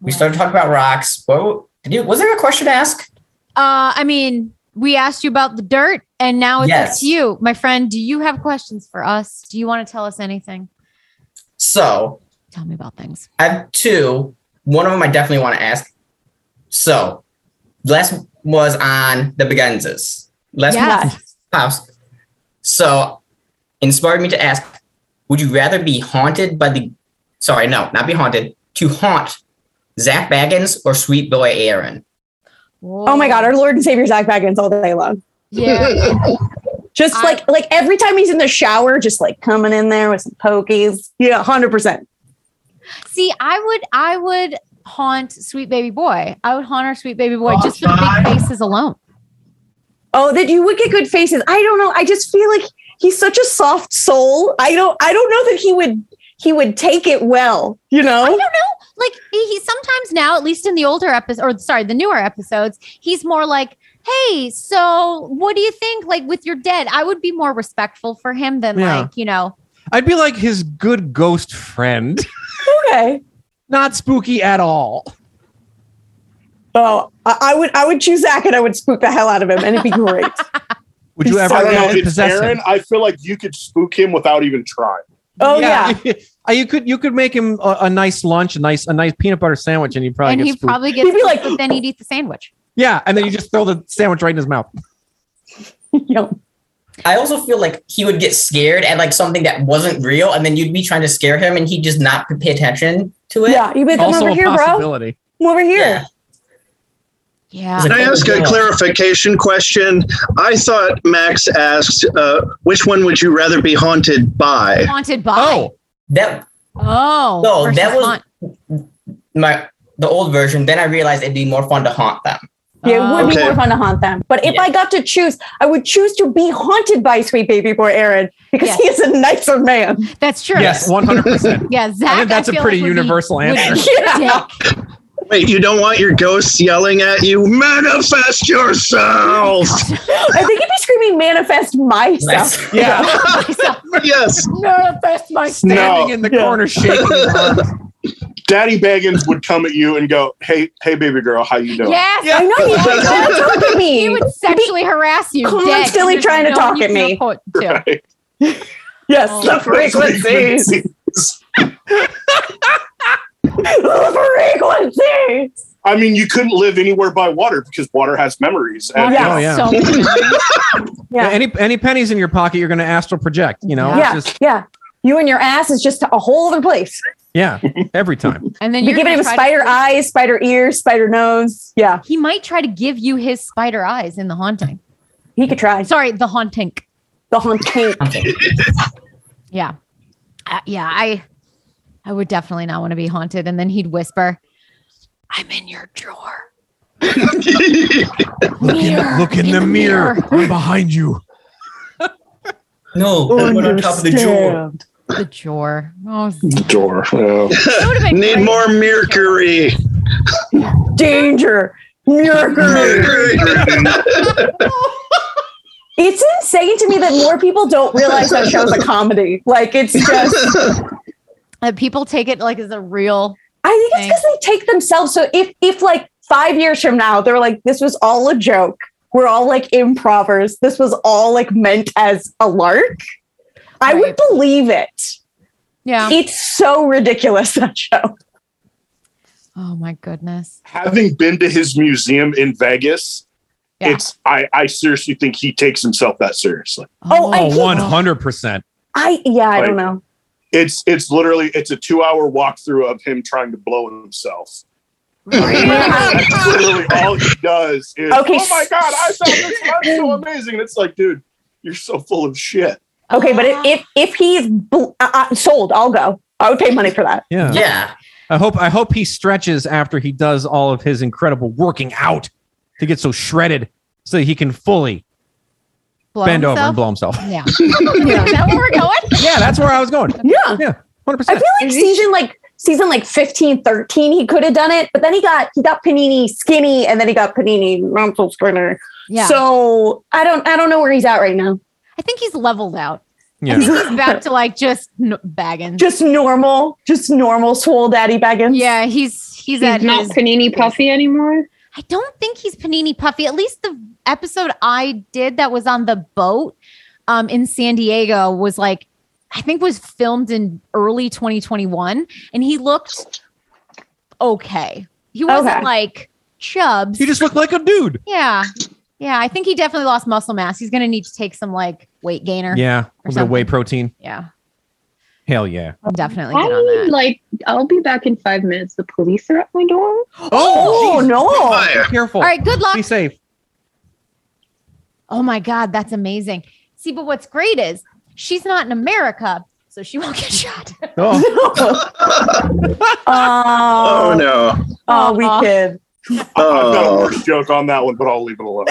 We started talking about rocks. What did you? Was there a question to ask? Uh, I mean, we asked you about the dirt, and now it's Yes. up to you, my friend. Do you have questions for us? Do you want to tell us anything? So Tell me about things. I have two. One of them I definitely want to ask. So last was on the Begenzas. Last Yes. house. So inspired me to ask, would you rather be haunted by the sorry, no, not be haunted, to haunt Zach Baggins or Sweet Boy Aaron? Oh my God, our Lord and Savior Zach Baggins all day long. Yeah. *laughs* just like like every time he's in the shower, just like coming in there with some pokies. Yeah, hundred percent. See, I would, I would haunt Sweet Baby Boy. I would haunt our Sweet Baby Boy Oh, just for the big faces alone. Oh, that you would get good faces. I don't know. I just feel like he's such a soft soul. I don't. I don't know that he would. He would take it well. You know. I don't know. Like he, he sometimes now, at least in the older episode, or sorry, the newer episodes, he's more like, "Hey, so what do you think? Like with your dead?" I would be more respectful for him than Yeah. like you know. I'd be like his good ghost friend. Okay. Not spooky at all. Oh, I, I would. I would choose Zach, and I would spook the hell out of him, and it'd be great. Would you ever I don't know let if him it's possess Aaron. him? I feel like you could spook him without even trying. *laughs* Oh Uh, *laughs* you could you could make him a, a nice lunch, a nice a nice peanut butter sandwich, and he probably And gets he spooked. probably gets be like, but then he'd eat the sandwich. yeah, and then you just throw the sandwich right in his mouth. I also feel like he would get scared at like something that wasn't real, and then you'd be trying to scare him, and he'd just not pay attention to it. Yeah, you'd be like, "Come Also over a here, bro." possibility. Come over here. Yeah. Can I ask a clarification question? I thought Max asked, uh, which one would you rather be haunted by? Haunted by. Oh, that. Oh. No, versus that was haunt. my the old version. Then I realized it'd be more fun to haunt them. Yeah, it would be Okay. more fun to haunt them. But if I got to choose, I would choose to be haunted by sweet baby boy Aaron because he is a nicer man. That's true. Yes, one hundred percent. Yeah, Zach. think that's a a pretty universal *laughs* answer. Yeah. Wait, you don't want your ghosts yelling at you? Manifest *laughs* yourself! I think he'd be screaming manifest myself. Yeah. *laughs* yes. Manifest myself. Standing in the corner shaking. his arms. *laughs* Daddy Baggins would come at you and go, "Hey, hey, baby girl, how you doing?" Yes, I know he *laughs* would talk to me. He would sexually harass you. Constantly dead. trying to No, talk you at me. can't *laughs* afford to. Yes, Oh. the frequencies. frequencies. *laughs* the frequencies. I mean, you couldn't live anywhere by water because water has memories. And Yeah. Oh, yeah. So Yeah. Any any pennies in your pocket, you're going to astral project. You know, yeah, just yeah. You and your ass is just a whole other place. yeah, every time. And then You're, you're giving gonna him try to- spider eyes, spider ears, spider nose. Yeah, He might try to give you his spider eyes in the haunting. he could try. Sorry, the haunting. The *laughs* haunting. *laughs* Yeah. Uh, yeah, I I would definitely not want to be haunted and then he'd whisper, "I'm in your *laughs* drawer." Look in, Mirror, look in, the, mirror. I'm behind you. *laughs* No, that went on top of the jewel. The drawer. Oh, Door. Need *laughs* more mercury. Danger. Mercury. Mercury. It's insane to me that more people don't realize that show's a comedy. Like it's just uh, people take it like as a real I think it's because they take themselves. So if if like five years from now they're like, this was all a joke. We're all like improvers. This was all like meant as a lark. I would believe it. Yeah. It's so ridiculous that show. Oh my goodness. Having been to his museum in Vegas, it's I, I seriously think he takes himself that seriously. *laughs* Oh, I, Oh, hate- 100 percent. I yeah, I don't Like- know. It's it's literally it's a two hour walkthrough of him trying to blow himself. That's literally all he does is Okay, oh my god, I saw this that's *laughs* so amazing. And it's like, dude, you're so full of shit. Okay, but Uh-huh. if if, if he's bl- uh, uh, sold, I'll go. I would pay money for that. Yeah. Yeah. I hope I hope he stretches after he does all of his incredible working out to get so shredded so he can fully Blow bend over himself? and blow himself. Yeah. Is that where we're going? *laughs* Yeah, that's where I was going. Yeah. Yeah, 100%. I feel like season like season like 15, 13, he could have done it, but then he got he got Panini skinny and then he got Panini not so skinner. Yeah. So I don't I don't know where he's at right now. I I think he's leveled out. Yeah. I think he's back to like just n- bagging. Just normal, just normal swole daddy Baggins. Yeah, he's he's, He's at not his- Panini Puffy anymore. I don't think he's Panini Puffy. At least the episode I did that was on the boat um, in San Diego was like I think was filmed in early 2021, and he looked okay. He wasn't Okay. like chubs. He just looked like a dude. Yeah. Yeah. I think he definitely lost muscle mass. He's going to need to take some like weight gainer. Yeah, a Or little bit of something. whey protein. Yeah. Hell yeah. Definitely. I get on that. like. I'll be back in five minutes. The police are at my door. Oh, no! Be careful. All right. Good luck. Be *laughs* safe. Oh my God. That's amazing. See, but what's great is she's not in America, so she won't get *laughs* shot. Oh. Oh, no. Oh, we *laughs* kid. I've Oh. got a worse joke on that one, but I'll leave it alone.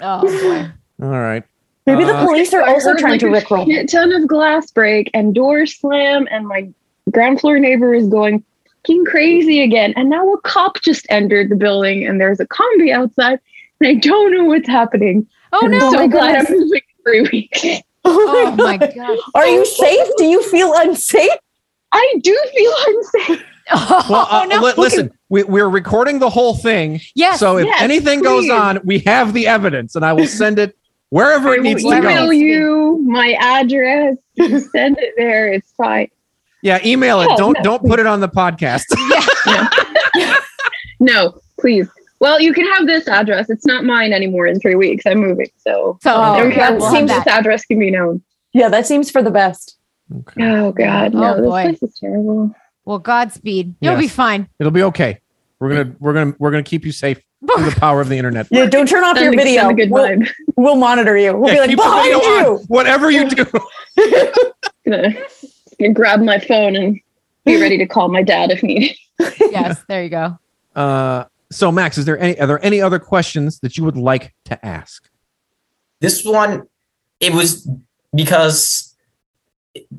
oh, All right. Maybe the Uh, police are I also heard, trying like, to a rickroll. Shit ton of glass break and door slam, and my ground floor neighbor is going fucking crazy again. And now a cop just entered the building, and there's a combi outside, and I don't know what's happening. Oh and no. I'm Oh, my so glad goodness. I'm moving every *laughs* week. Oh my gosh. Are you safe? Do you feel unsafe? I do feel unsafe. Oh. Well, uh, li- listen, we, we're recording the whole thing. Yes, So if yes, anything goes please. on, we have the evidence, and I will send it wherever it needs to Email go. you my *laughs* address. You Send it there. It's fine. Yeah, email it. Oh, Don't no. don't put it on the *laughs* podcast. No, please. Well, you can have this address. It's not mine anymore in three weeks. I'm moving. So, So, oh, there we okay, go. we'll Seems have this address can be known. Yeah, that seems for the best. Oh, God. No, Oh, boy. this place is terrible. Well, Godspeed. You'll be Yes. fine. It'll be okay. We're gonna we're gonna we're gonna keep you safe through *laughs* the power of the internet. Yeah, don't turn off Send your a- video. send a good We'll, vibe. we'll monitor you. We'll Yeah, be like keep the behind video on, you. Whatever you do. Gonna, gonna grab my phone and be ready to call my dad if needed. *laughs* Yes. There you go. Uh, so Max, is there any are there any other questions that you would like to ask? This one, it was because.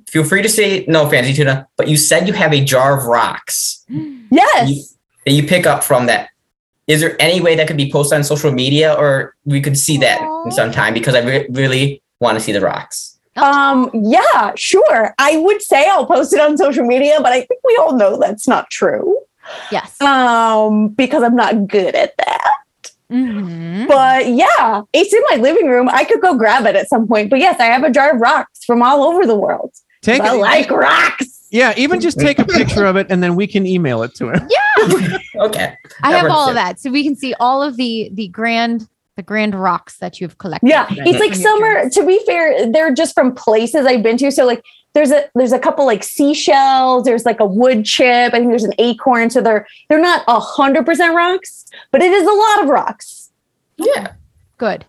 Feel free to say no, Fantasy Tuna, but you said you have a jar of rocks *gasps* Yes. that you pick up from that. Is there any way that could be posted on social media or we could see that in some time? Because I re- really want to see the rocks. Oh. Um, yeah, sure. I would say I'll post it on social media, but I think we all know that's not true. Yes. Um, because I'm not good at that. Mm-hmm. Mhm. But yeah, it's in my living room. I could go grab it at some point. But yes, I have a jar of rocks from all over the world. Take I it- like rocks. Yeah, even just take a picture of it and then we can email it to him. *laughs* Okay. I That have works all too. of that, so we can see all of the the grand the grand rocks that you've collected. Yeah, today it's like from your summer. journeys. To be fair, they're just from places I've been to. So like, there's a there's a couple like seashells. There's like a wood chip. I think there's an acorn. So they're they're not a hundred percent rocks, but it is a lot of rocks. Yeah. Good.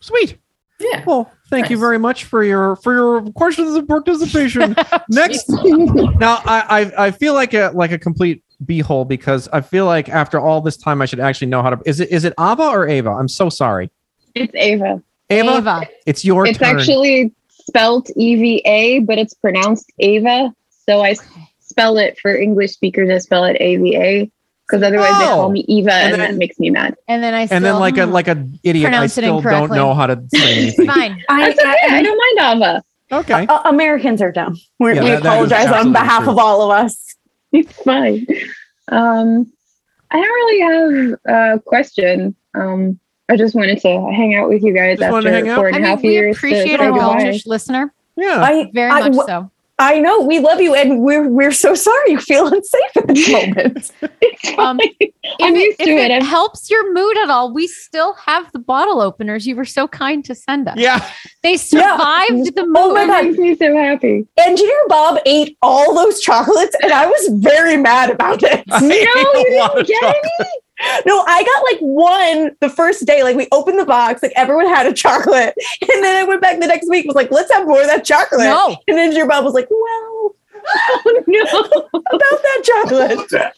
Sweet. Yeah. Well, thank you very much for your for your questions and *laughs* participation. Next, now I, I I feel like a like a complete beehole because I feel like after all this time I should actually know how to. Is it is it Ava or Ava? I'm so sorry, It's Ava. Ava. Ava. It's your it's turn. actually spelt EVA, but it's pronounced Ava. So I s- spell it for English speakers. I spell it AVA because otherwise they Oh. call me Eva, And and, then- that makes me mad. And then I still, and then like a hmm, like an idiot, I Pronounce it still don't incorrectly. know how to say it's *laughs* anything. fine. *laughs* I, That's okay. I don't mind Ava. Okay. uh, Americans are dumb. We're, Yeah, we that- that is apologize on absolutely behalf true. of all of us. *laughs* It's fine. Um, I don't really have a question. Um, I just wanted to hang out with you guys Just wanted to hang after out? four I and a half mean, we years. to appreciate say our goodbye. Welsh listener Yeah. I very I- much wh- so. I know we love you, and we're we're so sorry you feel *laughs* unsafe *laughs* at this moment. It's Um, fine. if I'm it, used if to it it. I'm- helps your mood at all, we still have the bottle openers you were so kind to send us. Yeah. They survived the mood. Oh my God. That makes me so happy. Engineer Bob ate all those chocolates, and I was very mad about it. *laughs* I ate No, a you lot didn't of get chocolate. any. No, I got like one the first day. Like we opened the box, like everyone had a chocolate, *laughs* and then I went back the next week. Was like, let's have more of that chocolate. No. and then your mom was like, *laughs* well, Oh, No. *laughs* about that chocolate.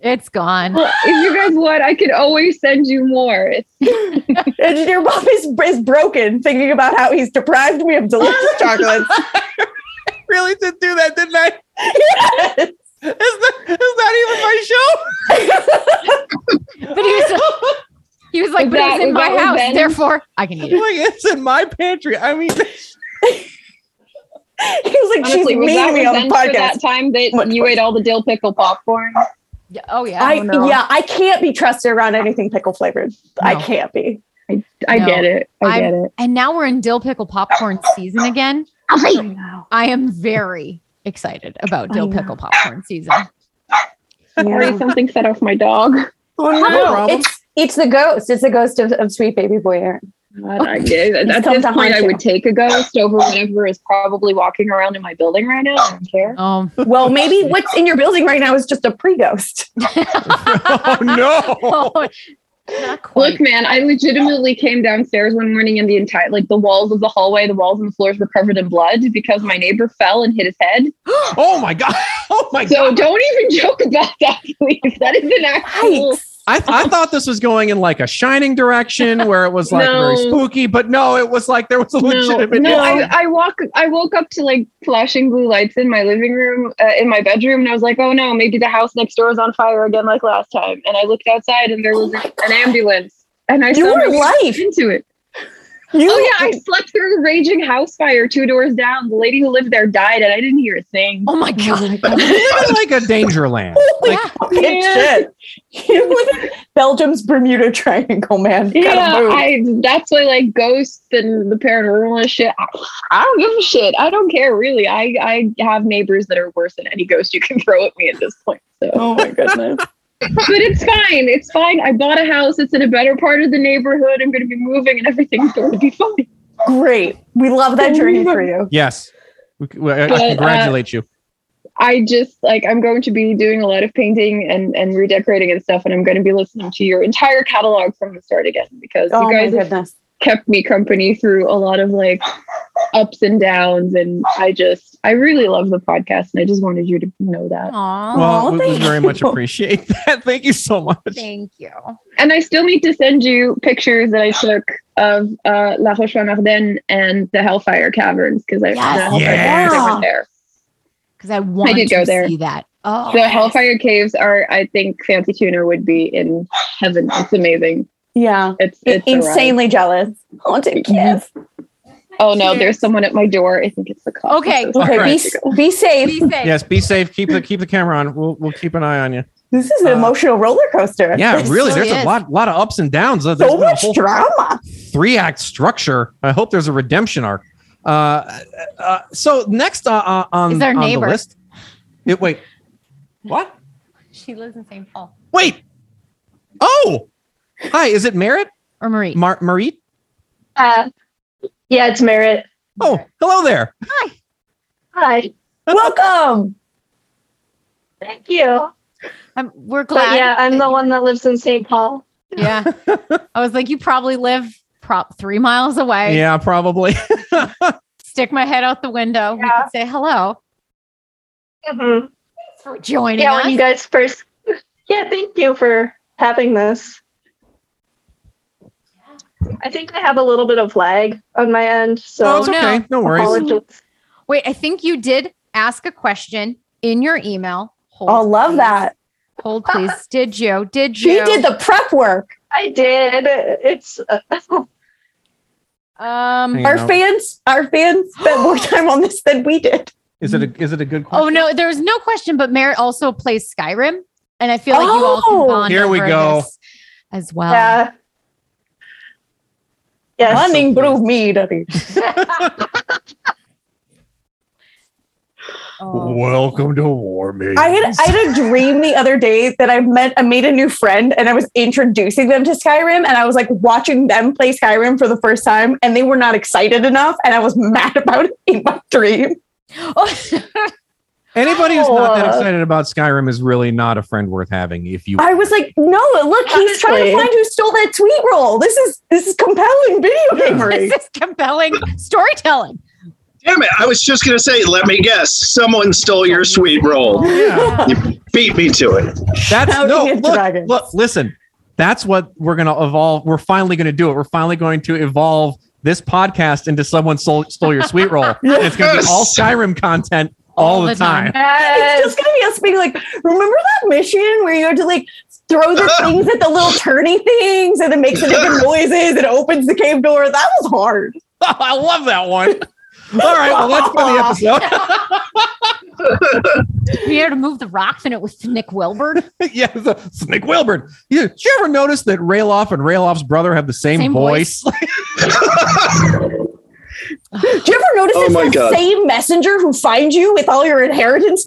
It's gone. Well, if you guys want, I could always send you more. It's Engineer Bob is is broken, thinking about how he's deprived me *laughs* of delicious chocolates. really did do that, didn't I? *laughs* Yes. It's *laughs* not, it's not even my show. *laughs* But he was he was like, Like but that, it's in was my that house, revenge? therefore I can eat it. Like it's in my pantry. I *laughs* mean, He was like, Honestly, she's was mean that to me on revenge the for that podcast. time that What- you ate all the dill pickle popcorn? Yeah, Oh yeah, I, don't know. yeah, I can't be trusted around anything pickle flavored. I No. can't be. I No. get it. I get it. and now we're in dill pickle *laughs* popcorn season again. I know. I am very excited about I dill know. pickle popcorn season. Sorry, something set off my dog. Oh, No, it's it's the ghost. It's the ghost of, of sweet baby boy Aaron. God, I get it. At come this to point, haunt I you. would take a ghost over whatever is probably walking around in my building right now. I don't care. Um, *laughs* Well, maybe what's in your building right now is just a pre *laughs* ghost. *laughs* oh no. not quite. *laughs* Look, man, I legitimately came downstairs one morning and the entire, like the walls of the hallway, the walls and the floors were covered in blood because my neighbor fell and hit his *gasps* head. Oh my god. Oh my god. So don't even *laughs* joke about that, please. That is an actual. Yikes. I, I thought this was going in like a shining direction where it was like very No. spooky, but no, it was like there was a No, legitimate. oh no I, I walk. I woke up to like flashing blue lights in my living room, uh, in my bedroom, and I was like, "Oh no, maybe the house next door is on fire again, like last time." And I looked outside, and there was an ambulance, and I saw Oh Your my life. into it. You, Oh *laughs* yeah, I slept through a raging house fire two doors down. The lady who lived there died, and I didn't hear a thing. Oh *laughs* my god. It's like a danger land. Like, Yeah. fucking man. shit. You live in Belgium's Bermuda Triangle, man. Yeah, Gotta move. I. That's why like ghosts and the paranormal and shit. I, I don't give a shit. I don't care really. I I have neighbors that are worse than any ghost you can *laughs* throw at me at this point. So. oh my goodness. *laughs* *laughs* but it's fine. It's fine. I bought a house. It's in a better part of the neighborhood. I'm going to be moving, and everything's going to be fine. Great. We love *laughs* that journey for you. yes. We, we- I- I But, uh, congratulate you. I just like I'm going to be doing a lot of painting and and redecorating and stuff, and I'm going to be listening to your entire catalog from the start again because Oh you my guys have goodness. kept me company through a lot of like ups and downs, and I just I really love the podcast, and I just wanted you to know that. Aw, Well, we, we thank very much you. appreciate *laughs* that. Thank you so much. thank you. And I still need to send you pictures that I took of uh, La Roche en Ardennes and the Hellfire Caverns because I Yes. the Hellfire Caverns, I Yes. went there. Because I want did to go there. see that. Oh, The Hellfire Caves are, I think, Fancy Tuner would be in heaven. It's amazing. Yeah. It's it's a ride. Mhm. Insanely jealous. Haunted kids. Oh no, there's someone at my door. I think it's the cop. Okay. This is- Okay, Alright. be, s- be safe. Please say. Yes, be safe. Keep the keep the camera on. We'll we'll keep an eye on you. This is an Uh, emotional roller coaster. Yeah, It really. really There's is. a lot lot of ups and downs. There's So been a much whole- drama. three act structure. I hope there's a redemption arc. Uh, uh, so next uh, uh, on, Is our on neighbor. the list, it, wait, what? She lives in St. Paul. Wait, oh, hi, is it Merritt? Or Marie. Mar- Marie? Uh, yeah, it's Merritt. Oh, hello there. Hi. Welcome. Thank you. I'm, we're glad. But yeah, I'm the one that lives in St. Paul. yeah. I was like, you probably live prop three miles away. yeah, probably. *laughs* Stick my head out the window. We Yeah. can say hello. Mhm. Thanks for joining Yeah, us. when you guys first. *laughs* Yeah, thank you for having this. I think I have a little bit of lag on my end, oh, so it's okay. No, worries. apologies. Wait, I think you did ask a question in your *laughs* email. Hold, Oh, love please. that. Hold, *laughs* please. Did you? Did She you? did the prep work. I did. It's uh, Um, Hang Our on. fans, our fans *gasps* spent more time on this than we did. Is it a is it a good oh, question? no. There's no question, but Merritt also plays Skyrim. And I feel like you all Oh. can bond Here we over go. this as well. yeah. Yes. Running through me, daddy. Oh. Welcome to War Maids. I had I had a dream the other day that I met I made a new friend and I was introducing them to Skyrim and I was like watching them play Skyrim for the first time and they were not excited enough and I was *laughs* mad about it in my dream. *laughs* Anybody who's not that Oh. excited about Skyrim is really not a friend worth having. If you, I was like, no, look, he's trying to Honestly. find who stole that tweet roll. This is this is compelling video *laughs* gamery. this is compelling storytelling. Damn it! I was just gonna say. Let me guess. Someone stole your sweet roll. Yeah. Beat me to it. That's Shouting no at look, dragons. look, listen. That's what we're gonna evolve. We're finally gonna do it. We're finally going to evolve this podcast into someone stole, stole your sweet roll. And It's gonna be all Yes. Skyrim content all, the, time. It's just gonna be us being like, remember that mission where you had to like *laughs* throw the things at the little turny things and it makes the different noises and it opens the cave door? That was hard. *laughs* I love that one. All right, well, that's for the episode. *laughs* We had to move the rocks, and it was Nick Wilbur. *laughs* yeah, the Snake Wilbur. You, did you ever notice that Railoff and Railoff's brother have the same, Same voice? *laughs* *laughs* Do you ever notice Oh it's my the God. same messenger who finds you with all your inheritance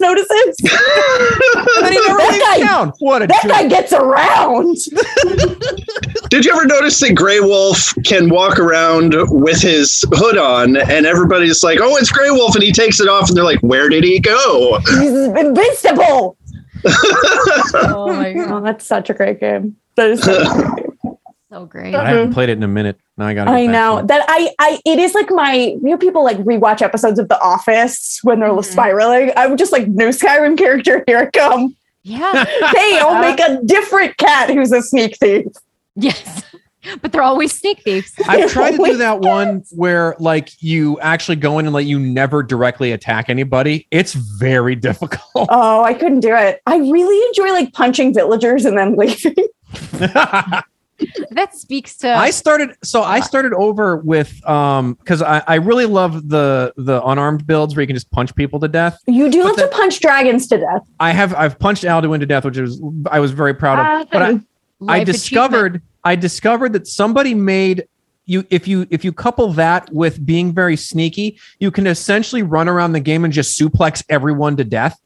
*laughs* notices? and he never That lays guy- down. What a that joke. guy *laughs* gets around. Did you ever notice that Grey Wolf can walk around with his hood on, and everybody's like, "Oh, it's Grey Wolf," and he takes it off, and they're like, "Where did he go?" He's invincible. oh my god, Oh, *laughs* that's such a great game. That is such a great game. *laughs* so great. I haven't played it in a minute. Now I got. I know that I, I, it is like my, you know, people like rewatch episodes of The Office when they're Mhm. spiraling. I'm just like, new Skyrim character, *laughs* here it come. Yeah. *laughs* Uh, Hey, I'll make a different cat who's a sneak thief. Yes. But they're always sneak thieves. *laughs* *laughs* I've tried to do Wait, that one where like you actually go in and like you never directly attack anybody. It's very difficult. Oh, I couldn't do it. I really enjoy like punching villagers and then leaving. *laughs* *laughs* That speaks to I started so I started over with um because I, I really love the the unarmed builds where you can just punch people to death. You do But love then- to punch dragons to death. I have I've punched Alduin to death, which is I was very proud of. Ah, but I, I life achievement. discovered I discovered that somebody made you if you if you couple that with being very sneaky, you can essentially run around the game and just suplex everyone to death.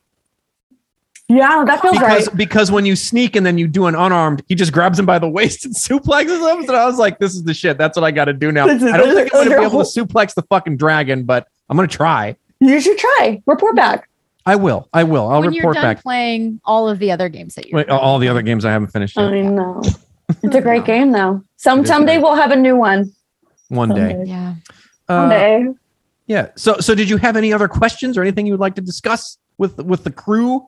Yeah, that feels Because right. because when you sneak and then you do an unarmed, he just grabs him by the *laughs* waist and suplexes him. And I was like, this is the shit. That's what I gotta do now. This is- I don't those think are- I'm gonna those *laughs* be are able to suplex the fucking dragon, but I'm gonna try. You should try. Report back. I will. I will. I'll when you're report done back. playing all of the other games that you Wait, all the other games I haven't finished yet. I know. It's a great game though. It Some is someday great. we'll have a new one. One day. Someday. Yeah. Uh, Someday. Yeah. So so did you have any other questions or anything you would like to discuss with with the crew?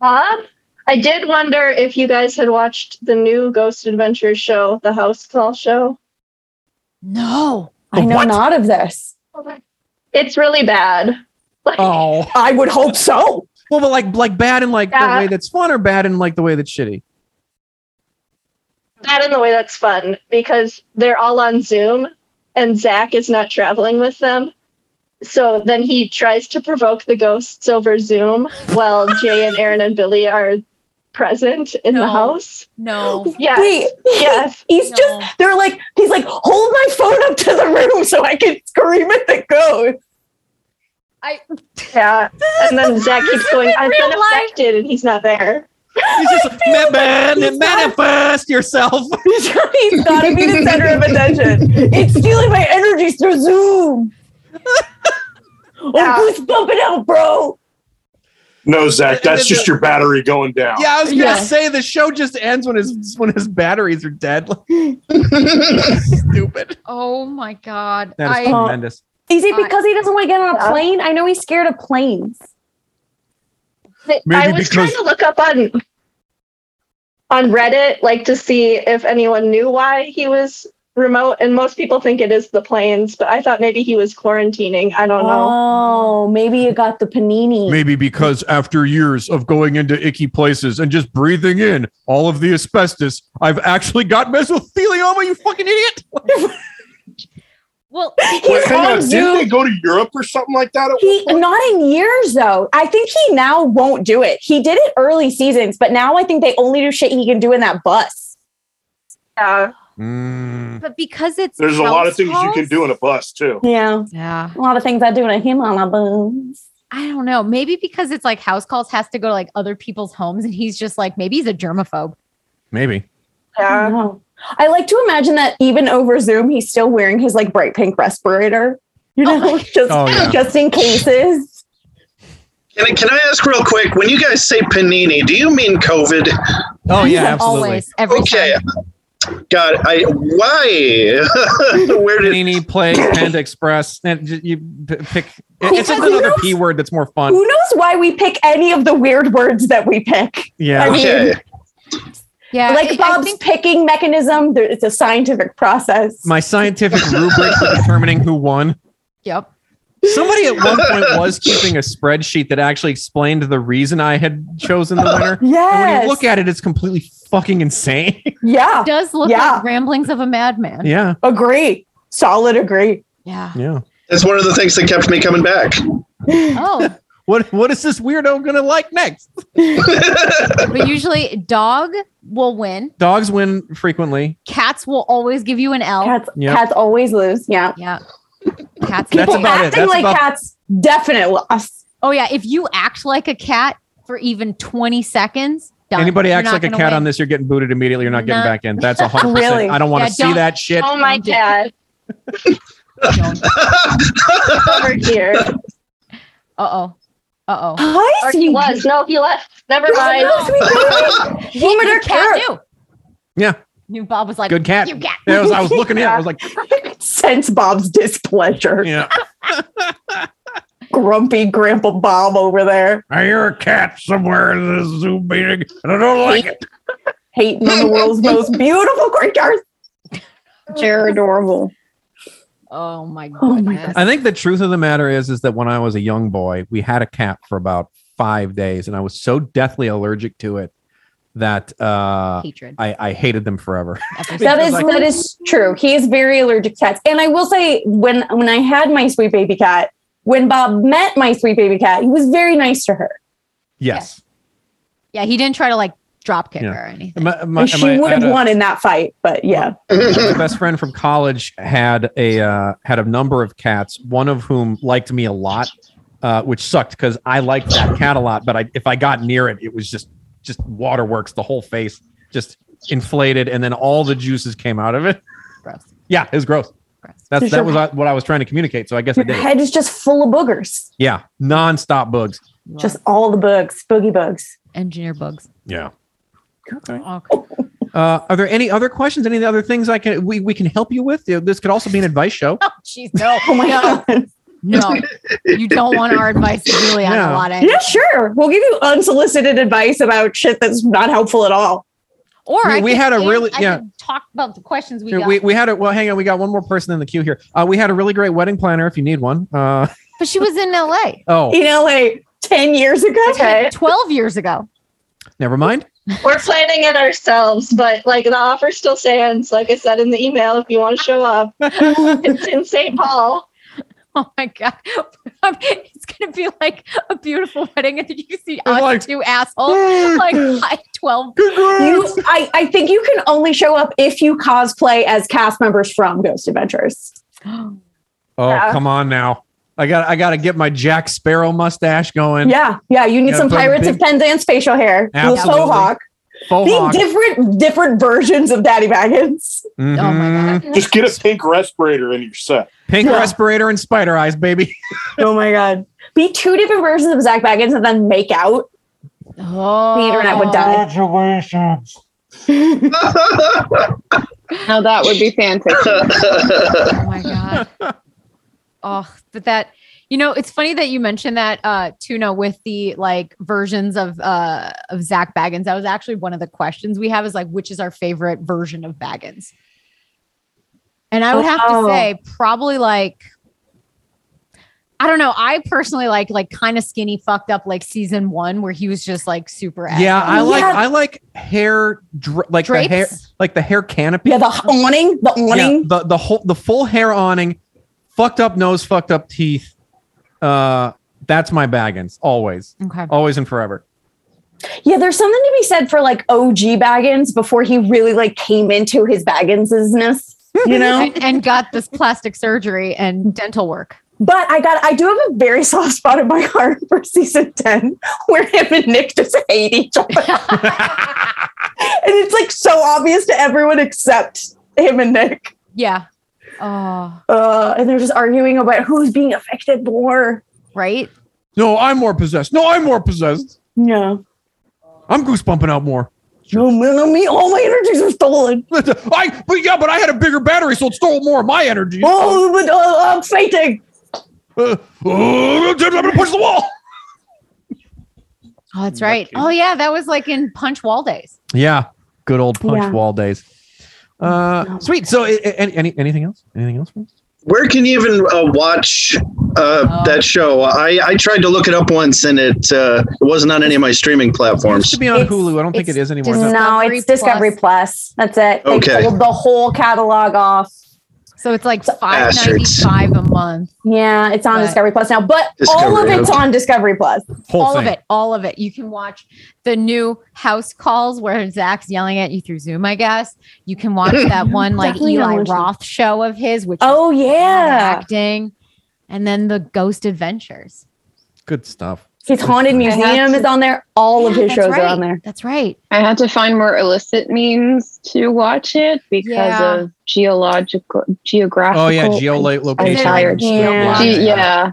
Bob, I did wonder if you guys had watched the new Ghost Adventures show, the House Call show. No. I know what? not of this. It's really bad. Like, Oh. I would hope so. Well, but like like bad in like Yeah. the way that's fun or bad in like the way that's shitty. bad in the way that's fun because they're all on Zoom and Zach is not traveling with them. So then he tries to provoke the ghosts over Zoom while Jay and Aaron and Billy are present in No. the house. No. Yes. Wait, Yes. he's just No. they're like he's like, hold my phone up to the room so I can scream at the ghost. *laughs* Yeah. And then Zach *laughs* keeps going, I've been real life. affected and he's not there. It's just man, and manifest yourself. *laughs* he's gotta be the center of *laughs* attention. It's stealing my energies through *laughs* Zoom. Yeah. Oh, who's bumping out, bro? No, *laughs* Zach, that's just your battery going down. Yeah, I was gonna Yeah. say the show just ends when his when his batteries are dead. *laughs* Stupid. Oh my god. That is I tremendous. Is it I- because he doesn't want to get on a Yeah. plane? I know he's scared of planes. I was trying to look up on on Reddit, like to see if anyone knew why he was remote, and most people think it is the planes, but I thought maybe he was quarantining. I don't know. Oh, maybe you got the panini. Maybe because after years of going into icky places and just breathing in all of the asbestos, I've actually got mesothelioma, you fucking idiot. well Wait, hang on on. Didn't Zoom. they go to Europe or something like that? at He not in years though. I think he now won't do it. He did it early seasons, but now I think they only do shit he can do in that bus. Yeah. but because it's There's a lot of house things you can calls- do in a bus too. Yeah. Yeah. A lot of things I do to him on a bus. I don't know. Maybe because it's like house calls has to go to like other people's homes and he's just like maybe he's a germaphobe. Maybe. I Yeah. don't know. I like to imagine that even over Zoom, he's still wearing his like bright pink respirator. You know, *laughs* just Oh, yeah. just in cases. Can I, can I ask real quick? When you guys say panini, do you mean COVID? Oh yeah, Yeah, absolutely. Always. Every Okay. time. God, I why? *laughs* Where did Panini *laughs* Play Panda Express. And j- you p- pick. It's just Who another knows? P word that's more fun. Who knows why we pick any of the weird words that we pick? I Yeah. mean- okay? Yeah. I- I like Bob's think- picking mechanism, there, it's a scientific process. My scientific rubric for determining who won. yep. Somebody at one point was keeping a spreadsheet that actually explained the reason I had chosen the *laughs* winner. And when Yes. you look at it, it's completely fucking insane. *laughs* *laughs* Yeah. It does look Yeah. like ramblings of a madman. yeah. Agree. Solid agree. Yeah. Yeah. That's one of the things that kept me coming back. Oh, What what is this weirdo gonna like *laughs* *laughs* next? but usually dog will win. Dogs win frequently. Cats will always give you an L. Cats Yeah. cats always lose. Yeah. Yeah. Cats. That's People about it. acting That's like about- cats, definite loss. Oh yeah. If you act like a cat for even 20 seconds, done. Anybody You're acts not like a gonna cat win. on this, you're getting booted immediately. You're not getting Not- back in. That's hundred *laughs* Really? *laughs* percent. I don't want Yeah, to see don't- that shit. Oh my god. Don't. Over here. Uh oh. Uh oh. Hi, Or he was. No, he left. Never mind. *laughs* Woman or Cat cat? knew. Yeah, Knew Bob was like, good cat. You cat. Yeah, I was, *laughs* I was looking at. it. I was like, *laughs* Sense Bob's displeasure. yeah, *laughs* Grumpy Grandpa Bob over there, I hear a cat somewhere in this zoo meeting, and I don't like it. hating *laughs* on the world's most beautiful courtyard. They're adorable. Oh my god. Oh my I think the truth of the matter is, is that when I was a young boy, we had a cat for about five days, and I was so deathly allergic to it that uh, Hatred. I, I hated them forever. *laughs* Ever That since- is that is true. He is very allergic to cats. And I will say, when when I had my sweet baby cat, when Bob met my sweet baby cat, he was very nice to her. yes, yeah. He didn't try to like drop kick Yeah. her or anything. Am I- am I- And am she I- would I had have a- won in that fight, but yeah. my best friend from college had a uh, had a number of cats, one of whom liked me a lot, uh, which sucked because I liked that cat a lot. But I, if I got near it, it was just just waterworks. The whole face just inflated, and then all the juices came out of it. Gross. Yeah, it was gross. Gross. That's Does that your- was uh, what I was trying to communicate. So I guess I Your did. head is just full of boogers. Yeah, nonstop bugs. You Just are all the bugs, boogie bugs. engineer bugs. Oh, Yeah. Okay. Okay. Uh, are there any other questions? Any other things I can we, we can help you with? You know, This could also be an advice show. Oh, jeez, no, Oh my god. no. You don't want our advice, Julie, on No. a lot of Yeah, sure. We'll give you unsolicited advice about shit that's *laughs* not helpful at all. Or We- I we could had a an- really- I yeah. could talk about the questions we Here, got. we, we had it. Well, hang on. We got one more person in the queue here. Uh, we had a really great wedding planner. If you need one, uh, *laughs* but she was in L.A. oh, In LA 10 years ago. Okay. twelve years ago. never mind. We're planning it ourselves, but like the offer still stands. Like I said in the email, if you want to *laughs* show up, it's in St. Paul. Oh my god, *laughs* *laughs* it's gonna be like a beautiful wedding, and then you see us like- two assholes *laughs* *laughs* like I twelve. You, I, I think you can only show up if you cosplay as cast members from Ghost Adventures. Oh, Yeah. come on now. I got I got to get my Jack Sparrow mustache going. yeah, yeah. You need Yeah, some put a Pirates of big- Penzance facial hair, a Absolutely. faux hawk, Faux being hawk. different different versions of Daddy Baggins. Mhm. Oh my *laughs* god, Just get a pink respirator and you're set. Pink Yeah. respirator and spider eyes, baby. *laughs* oh my god. Be two different versions of Zach Baggins and then make out. oh, The internet would die. Now that would be fan fiction. Oh my god. oh, but that you know, it's funny that you mentioned that uh tuna with the like versions of uh of Zach Baggins. That was actually one of the questions we have is like which is our favorite version of Baggins? And I would have to Oh. say probably like I don't know. I personally like like kind of skinny fucked up like season 1 where he was just like super Yeah, I like Yeah. I like hair dra- like Drapes? the hair like the hair canopy. Yeah, the awning, the Yeah, awning. the the whole the full hair awning, fucked up nose, fucked up teeth. Uh, that's my baggins always, Okay. always and forever. Yeah. there's something to be said for like OG Baggins before he really like came into his Bagginsness, *laughs* you know? And, and got this plastic surgery and dental work. but I got I do have a very *laughs* soft spot in my heart for season 10 where him and Nick just hate each other. *laughs* and it's like so obvious to everyone except him and Nick. Yeah. Oh, uh, and they're just arguing about who's being affected more. right? No, I'm more possessed. No, I'm more possessed. No, I'm goosebumping out more. no, no, me, all my energies are stolen. *laughs* I but yeah, but I had a bigger battery, so it stole more of my energy. Oh, but uh, I'm fainting. Uh, oh, I'm gonna push the wall. Oh, that's right. Oh, yeah. That was like in Punch Wall days. Yeah, good old punch Yeah. wall days. Uh, Oh my sweet. So, a- a- any, anything else? Anything else? For us? Where can you even uh, watch uh, Oh. that show? I, I tried to look it up once and it uh, it wasn't on any of my streaming platforms. to be on Hulu. I don't think it is anymore. is it? no, it's Discovery Plus. That's it. They Okay. sold the whole catalog off. So it's like five ninety Bastards. five a month. Yeah, it's on But- Discovery Plus now, but all Discovery, of it's okay. on Discovery Plus. all of it, all of it. You can watch the new house calls where Zach's yelling at you through Zoom, I guess. You can *clears throat* watch that one like Definitely not Eli watching. Roth show of his, which Oh is yeah, acting, and then the Ghost Adventures. Good stuff. his haunted museum is on there. All of Yeah, his that's shows right. are on there. That's right. I had to find more illicit means to watch it because Yeah. of geological, geographical. Oh yeah, geo lo- location. tired. Yeah. Ge- yeah.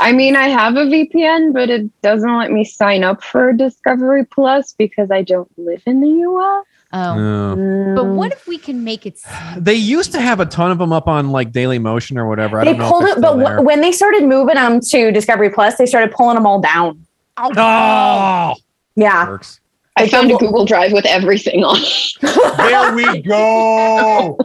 I mean, I have a VPN, but it doesn't let me sign up for Discovery Plus because I don't live in the US. Oh. No. But what if we can make it seem They used to have a ton of them up on like Daily Motion or whatever. I They don't know pulled if it, but wh- when they started moving them to Discovery Plus, they started pulling them all down. oh, Yeah, works. I found a Google Drive with everything on it. There we go.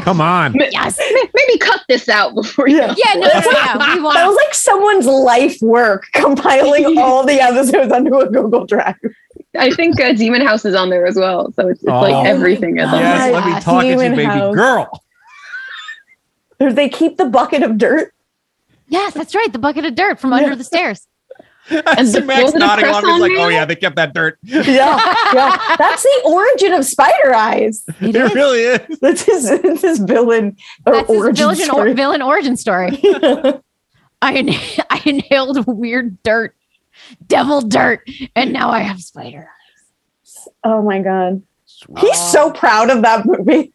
Come on. *laughs* yes? Maybe cut this out before you. Yeah. Yeah, no, no, no, no. We *laughs* that was want like someone's life work *laughs* *laughs* compiling all the episodes onto a Google Drive. I think uh, Demon House is on there as well. So it's, it's Oh. like everything is on Yes, there. let me God. talk at you, Demon baby House. *laughs* girl. They keep the bucket of dirt. yes, that's right. The bucket of dirt from under *laughs* the stairs. And See the- Max was it a nodding along. He's press-on like, oh mail? yeah, they kept that dirt. *laughs* Yeah, yeah. That's the origin of Spider Eyes. It, really is. *laughs* That's his, that's his villain or That's his origin villain, story. or, villain origin story. *laughs* I *laughs* inha- I inhaled weird dirt, devil dirt, and now I have spider. oh my god, he's so proud of that movie.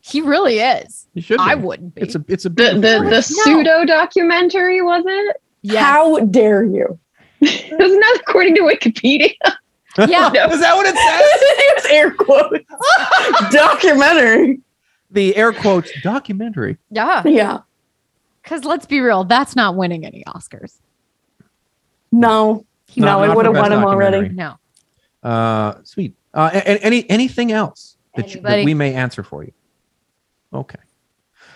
He really is. You should. I be. wouldn't be. It's a. It's a. The, the, beautiful- the pseudo documentary, was it? yeah. How dare you? *laughs* Isn't that according to Wikipedia? *laughs* yeah. Is that what it says? There's air *laughs* quotes. Documentary. the air quotes documentary. Yeah. Yeah. Because let's be real, that's not winning any Oscars. No. Not- no, not I for would have best won him already. documentary. No. Uh, sweet. Uh, a- a- any anything else that, you, that Anybody? we may answer for you? Okay.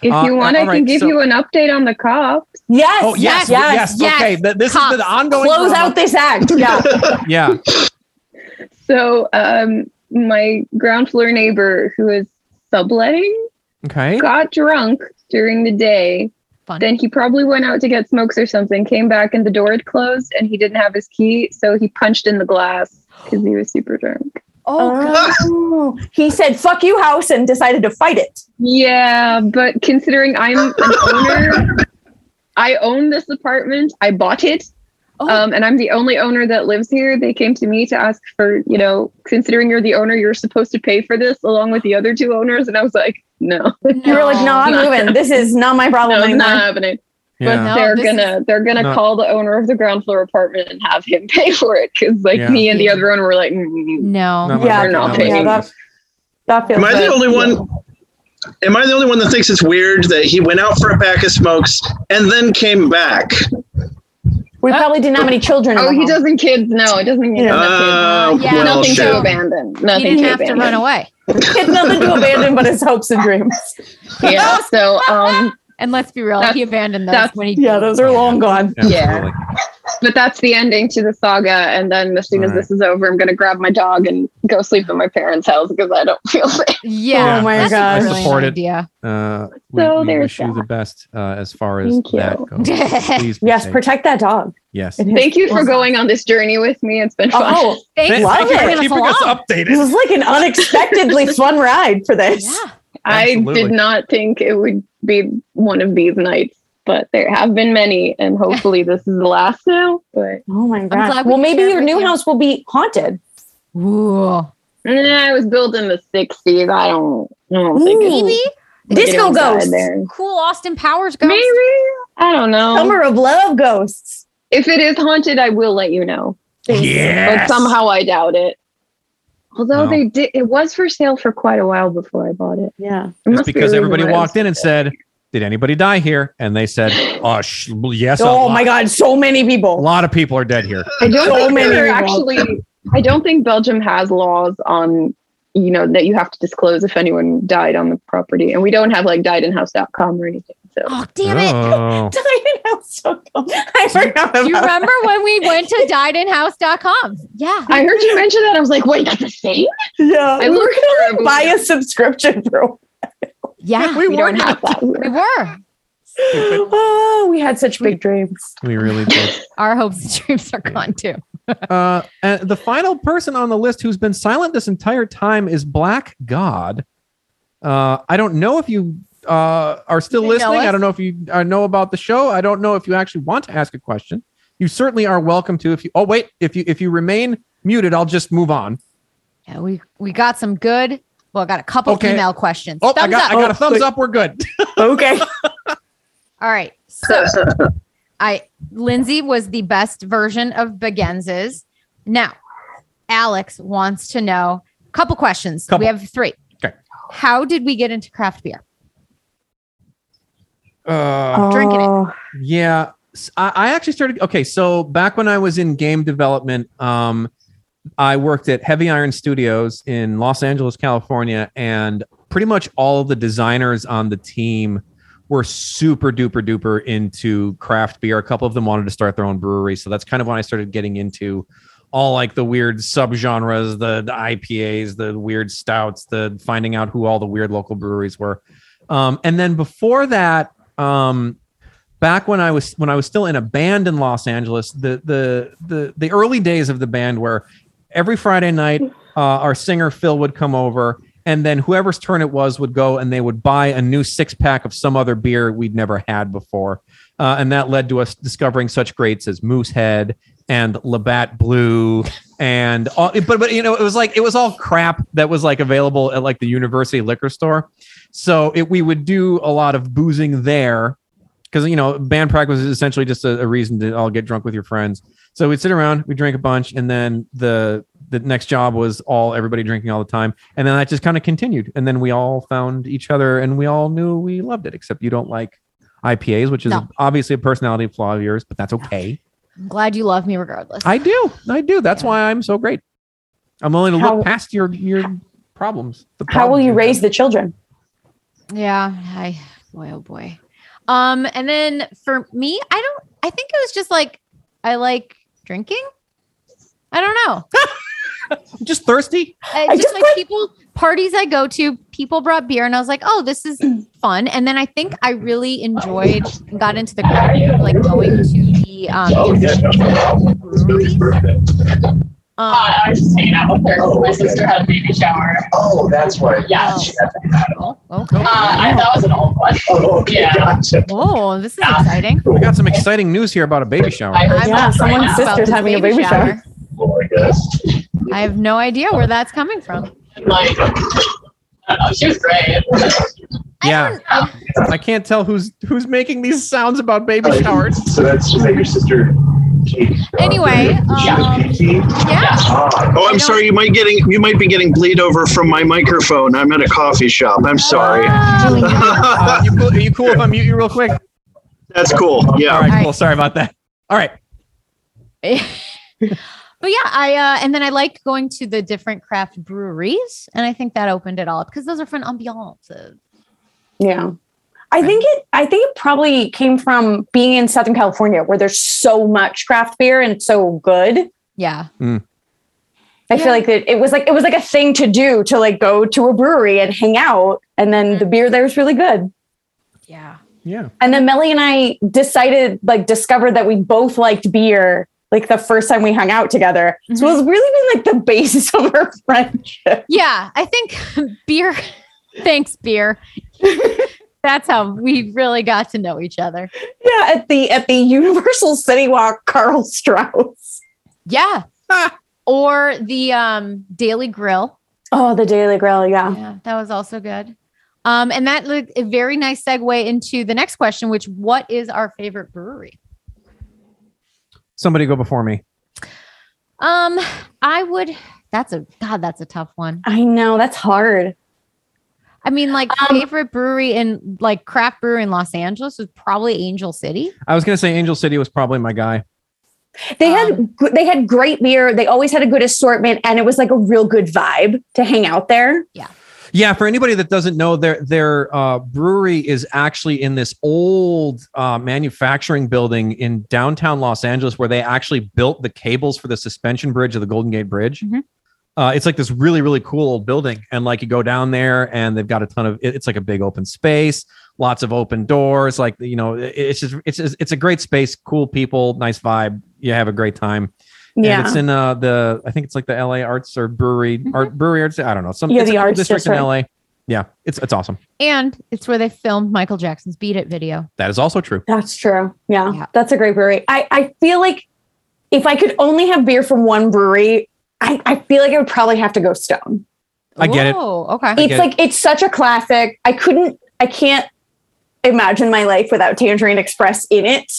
If Uh, you want, all I can right, give so- you an update on the cops. Yes. Oh yes, yes, yes. yes. Okay, th- this Cops. is the ongoing. Close drama. out this act. Yeah. Yeah. *laughs* So, um, my ground floor neighbor who is subletting Okay. got drunk during the day. Fun. Then he probably went out to get smokes or something, came back and the door had closed and he didn't have his key. So he punched in the glass because he was super drunk. oh. He said, fuck you, house, and decided to fight it. Yeah, but considering I'm an *laughs* owner, I own this apartment. I bought it. Oh. Um, and I'm the only owner that lives here. They came to me to ask for, you know, considering you're the owner, you're supposed to pay for this along with the other two owners. And I was like, no, You were like, no, I'm moving. This is not my problem no, it's anymore. not happening. But Yeah. No, they're this gonna they're gonna No. call the owner of the ground floor apartment and have him *laughs* pay for it because like Yeah. me and the other owner were like, mm, No. No, Yeah, we're not no, doing yeah, this. That feels Am I the good. only one? Am I the only one that thinks it's weird that he went out for a pack of smokes and then came back? We probably didn't have any children. Uh, in oh, the he home. doesn't kids. No, it doesn't. He doesn't have Uh, kids. Yeah, well, nothing shit. to abandon. He Nothing didn't to have to abandon. run away. It's nothing to abandon but his hopes and dreams. *laughs* yeah. So um, And let's be real, That's- he abandoned those that's- when he Yeah, those are long gone. Yeah. Absolutely. but that's the ending to the saga. And then as soon as Right. this is over, I'm gonna grab my dog and go sleep at my parents' house because I don't feel safe. Yeah. Oh my that's a God. I brilliant support it. idea. Uh, we, So we there's wish you the best uh, as far as Thank you. that goes. *laughs* *laughs* Please be Yes, safe. protect that dog. yes. It is- Thank you for Awesome. going on this journey with me. It's been fun. Oh, Thanks Love Thank you it. for bringing us keeping us along. this updated. was like *laughs* an unexpectedly fun ride for this. Yeah. I did Absolutely. not think it would be one of these nights, but there have been many, and hopefully this is the last now. But Oh my glad gosh. we Well, could maybe share your with new you. house will be haunted. Ooh. nah, I was built in the '60s. I don't, I don't think it's Maybe Disco getting inside ghosts. there. cool Austin Powers ghost. Maybe I don't know. Summer of Love Ghosts. If it is haunted, I will let you know. Yes. But *laughs* somehow I doubt it. Although No. they did, it was for sale for quite a while before I bought it. Yeah. It must Just be a because reason everybody why it was- walked in and said, "Did anybody die here?" and they said, "Oh, sh- yes." a oh lot. my God. So many A people. lot of people are dead here. I don't So think many they're people. actually. I don't think Belgium has laws on you know that you have to disclose if anyone died on the property, and we don't have like diedinhouse.com or anything. too. Oh, damn it. *laughs* Oh. Dining House so cool. I forgot Do you about remember when we went to dinehouse.com? Yeah. I heard you mention that. I was like, wait, that's the same? that. Yeah, I we were looked for a gonna buy a subscription for a *laughs* Yeah. We don't weren't. have that. We were. Oh, we had such big dreams. We really did. Our hopes and dreams are gone too. Uh, and the final person on the list who's been silent this entire time is Black God. Uh, I don't know if you uh, are still You know listening. us. I don't know if you uh, know about the show. I don't know if you actually want to ask a question. You certainly are welcome to. If you, oh wait, if you if you remain muted, I'll just move on. Yeah, we we got some good. Well, I got a couple Okay. email questions. Oh, I Thumbs got up. I got a thumbs up. We're good. *laughs* Okay. All right. *laughs* So I Lindsay was the best version of Begenzes. Now, Alex wants to know a couple questions. Couple. We have three. Okay. How did we get into craft beer? Uh, Drinking it. Oh, Yeah, S- I, I actually started. Okay, so back when I was in game development, um, I worked at Heavy Iron Studios in Los Angeles, California, and pretty much all of the designers on the team were super duper duper into craft beer. A couple of them wanted to start their own brewery, so that's kind of when I started getting into all like the weird subgenres, the, the IPAs, the weird stouts, the finding out who all the weird local breweries were. Um, and then before that, um, back when I was when I was still in a band in Los Angeles, the the the the early days of the band where every Friday night uh, our singer Phil would come over and then whoever's turn it was would go and they would buy a new six pack of some other beer we'd never had before, uh, and that led to us discovering such greats as Moosehead and Labatt Blue and all, but but you know it was like it was all crap that was like available at like the university liquor store. So it, we would do a lot of boozing there because you know band practice is essentially just a, a reason to all get drunk with your friends so we'd sit around we'd drink a bunch and then the the next job was all everybody drinking all the time and then that just kind of continued and then we all found each other and we all knew we loved it except you don't like ipas which is No. obviously a personality flaw of yours but that's okay I'm glad you love me regardless. i do i do that's why i'm so great i'm willing to How- look past your your problems the how will problems you have. raise the children? Yeah. I boy oh boy. Um, and then for me, I don't I think it was just like I like drinking. I don't know. *laughs* just thirsty Uh, I just just like people parties I go to, people brought beer, and I was like, "Oh, this is fun." And then I think I really enjoyed and got into the craft beer, like going to the um, Oh, breweries. Um, I was just hanging out with her. My sister had a baby shower. Oh, that's why. Yeah. she oh, Uh, okay. I, that was an old one. Oh, *laughs* okay, Yeah. gotcha. Whoa, this is exciting. we got some exciting news here about a baby shower I heard I'm Yeah, that right someone's now. about sister's this having a baby shower. Oh, I guess. I have no idea where that's coming from. Like, I don't know. She was great. yeah I I can't tell who's who's making these sounds about baby showers. So that's is that your sister? Kate? Anyway, um, Kate? don't- yeah. Ah, I Oh, don't- I'm sorry. You might getting you might be getting bleed over from my microphone. I'm at a coffee shop. I'm sorry. Ah. Uh, you cool, are you cool if I mute you real quick? That's cool. All Yeah. right, cool. Sorry about that. All right. *laughs* But yeah, I uh, and then I liked going to the different craft breweries, and I think that opened it all up because those are fun ambiances. Yeah. I think it I think it probably came from being in Southern California where there's so much craft beer and it's so good. Yeah, Hmm. I Yeah. feel like that it was like it was like a thing to do to like go to a brewery and hang out and then the beer there was really good. Mm-hmm. yeah. Yeah. And then Melly and I decided like discovered that we both liked beer like the first time we hung out together. So Mm-hmm. it's really been like the *laughs* basis of our friendship. Yeah, I think *laughs* beer. Thanks, *laughs* beer. That's how we really got to know each other. Yeah, at the at the Universal City Walk Carl Strauss. *laughs* Yeah. or the um Daily Grill. Oh, the Daily Grill, yeah. Yeah, that was also good. Um, and that like a very nice segue into the next question, which what is our favorite brewery? Somebody go before me. Um, I would that's a god, that's a tough one. I know that's hard. I mean, like Um, favorite brewery in like craft brewery in Los Angeles was probably Angel City. I was gonna say Angel City was probably my guy. They had gr- they had great beer. They always had a good assortment, and it was like a real good vibe to hang out there. Yeah, for anybody that doesn't know, their their uh, brewery is actually in this old uh, manufacturing building in downtown Los Angeles, where they actually built the cables for the suspension bridge of the Golden Gate Bridge. Uh, it's like this really really cool old building, and like you go down there, and they've got a ton of it- it's like a big open space, lots of open doors. Like you know, it- it's just it's just- it's a great space, cool people, nice vibe. You have a great time. Yeah. and it's in uh, the I think it's like the L.A. Arts or Brewery Art Brewery Arts. I don't know some Yeah, it's the a cool arts district in district. L.A. Yeah, it's it's awesome. And it's where they filmed Michael Jackson's Beat It video. That is also true. That's true. Yeah, that's a great brewery. I, I feel like if I could only have beer from one brewery, I, I feel like I would probably have to go Stone. I get it. Oh, okay. it's like it's such a classic. I couldn't. I can't imagine my life without Tangerine Express *laughs* in it.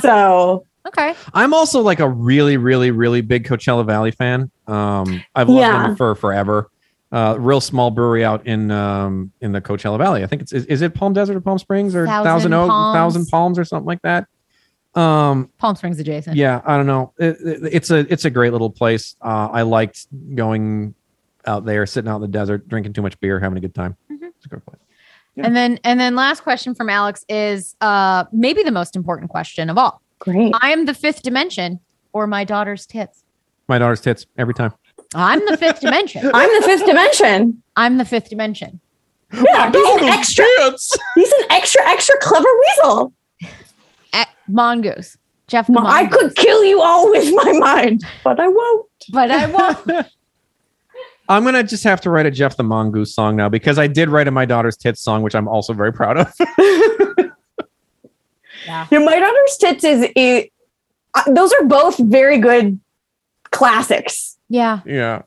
so okay. I'm also like a really, really, really big Coachella Valley fan. Um, I've loved Yeah. them for forever. Uh, real small brewery out in um in the Coachella Valley. I think it's is, is it Palm Desert or Palm Springs or Thousand Thousand Oak, Palms. Thousand Palms or something like that. Um, Palm Springs adjacent. yeah, I don't know. It- it- it's a it's a great little place. Uh, I liked going out there, sitting out in the desert, drinking too much beer, having a good time. Mm-hmm. It's a good place. And then and then last question from Alex is uh maybe the most important question of all. Great. I am the fifth dimension or my daughter's tits. My daughter's tits every time. I'm the fifth dimension. *laughs* I'm the fifth dimension. I'm the fifth dimension. Yeah, he's an extra. He's an extra, extra clever weasel. Eh, mongoose. Jeff the Mo- I Mongoose. could kill you all with my mind, but I won't. But *laughs* I won't. I'm gonna just have to write a Jeff the Mongoose song now because I did write a My Daughter's Tits song, which I'm also very proud of. *laughs* Yeah, my daughter's tits is. It, uh, those are both very good classics. yeah. yeah,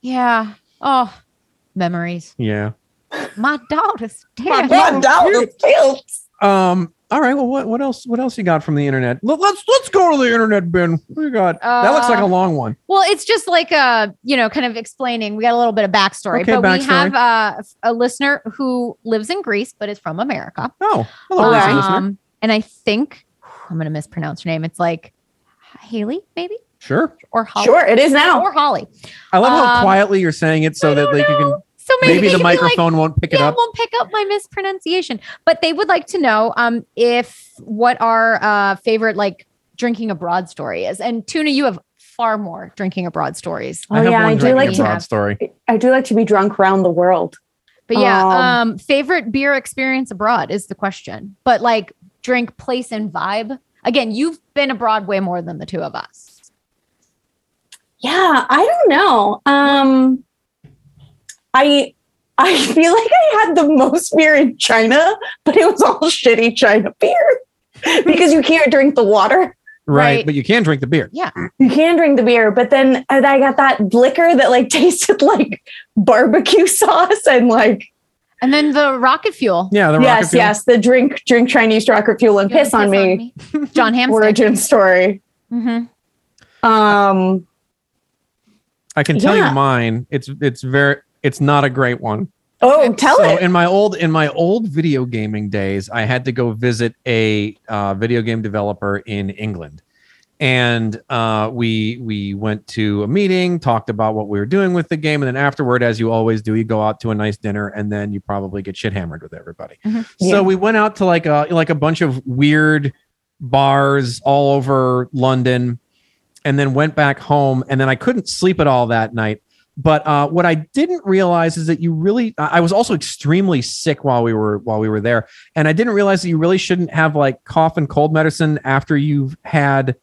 Yeah. Oh, memories. yeah. My daughter's tits. daughter's tits. Um. All right. Well, what what else? What else you got from the internet? Let, us let's go to the internet bin. What you got? that looks like a Uh, long one. Well, it's just like uh, you know, kind of explaining. We got a little bit of backstory, Okay, but we backstory. have uh, a listener who lives in Greece but is from America. Oh, hello, Lisa listener. Um, and I think I'm going to mispronounce her name. It's like Haley, maybe Sure. or Holly. Sure, it is now. Or Holly. I love how um, quietly you're saying it so that like you can. So maybe, Maybe they the could be like, microphone won't pick it yeah, up. won't pick up my mispronunciation. But they would like to know um if what our uh favorite like drinking abroad story is. And Tuna, you have far more drinking abroad stories. Oh yeah, I do drinking like abroad to. story. I do like to be drunk around the world. But yeah, Um, um, favorite beer experience abroad is the question. But like drink, place, and vibe. Again, you've been abroad way more than the two of us. Yeah, I don't know. Um, I I feel like I had the most beer in China, but it was all *laughs* shitty China beer *laughs* because you can't drink the water. Right, right. but you can drink the beer. Yeah. You can drink the beer, but then and I got that liquor that like *laughs* tasted like barbecue sauce and like And then the rocket fuel. Yeah. The rocket yes, fuel. yes, the drink drink Chinese rocket fuel and You wanna piss on me, on me? John Hampson. origin story. hmm Um, I can tell Yeah. you mine. It's it's very it's not a great one. oh, tell so it. in my old in my old video gaming days, I had to go visit a uh, video game developer in England, and uh, we we went to a meeting, talked about what we were doing with the game, and then afterward, as you always do, you go out to a nice dinner, and then you probably get shit hammered with everybody. Mhm. Yeah. So we went out to like a like a bunch of weird bars all over London, and then went back home, and then I couldn't sleep at all that night. But uh, what I didn't realize is that you really. I I was also extremely sick while we were while we were there, and I didn't realize that you really shouldn't have like cough and cold medicine after you've had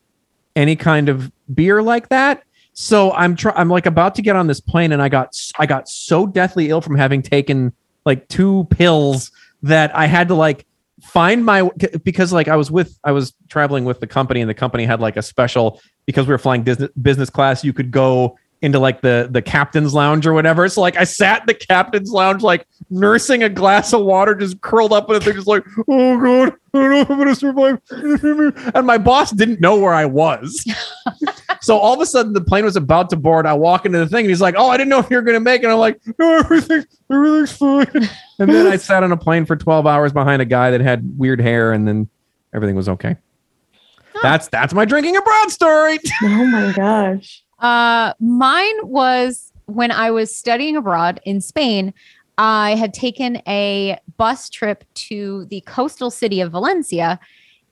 any kind of beer like that. So I'm try- I'm like about to get on this plane, and I got s- I got so deathly ill from having taken like two pills that I had to like find my because like I was with I was traveling with the company, and the company had like a special because we were flying business business class. You could go into like the the captain's lounge or whatever. So like I sat in the captain's lounge, like nursing a glass of water, just curled up in a thing, just like, oh god, I don't know if I'm gonna survive. And my boss didn't know where I was. *laughs* so all of a sudden the plane was about to board. I walk into the thing and he's like, Oh, I didn't know if you were gonna make it. And I'm like, No, everything's everything's fine. And then I sat on a plane for 12 hours behind a guy that had weird hair and then everything was okay. That's Oh that's my drinking abroad story. Oh my gosh. Uh, mine was when I was studying abroad in Spain, I had taken a bus trip to the coastal city of Valencia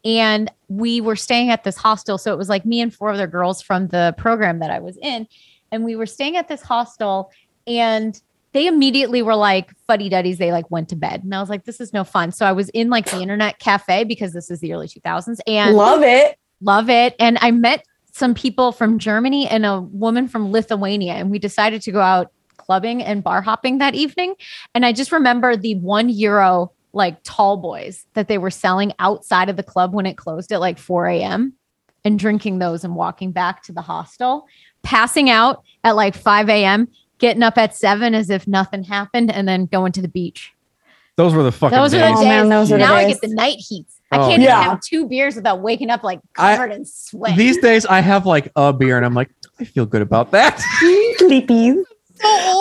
and we were staying at this hostel. So it was like me and four other girls from the program that I was in. And we were staying at this hostel and they immediately were like fuddy duddies. They like went to bed. And I was like, this is no fun. So I was in like the internet cafe because this is the early 2000s and Love it. Love it. And I met some people from Germany and a woman from Lithuania. And we decided to go out clubbing and bar hopping that evening. And I just remember the one euro like tall boys that they were selling outside of the club when it closed at like 4 a.m. and drinking those and walking back to the hostel, passing out at like 5 a.m., getting up at 7 as if nothing happened, and then going to the beach. Those were the fucking. Oh, those are the days. Oh, days. now I get the night heats. I Oh. can't even Yeah. have two beers without waking up like I- covered in sweat. These days, I have like a beer, and I'm like, I feel good about that. *laughs* Sleepy.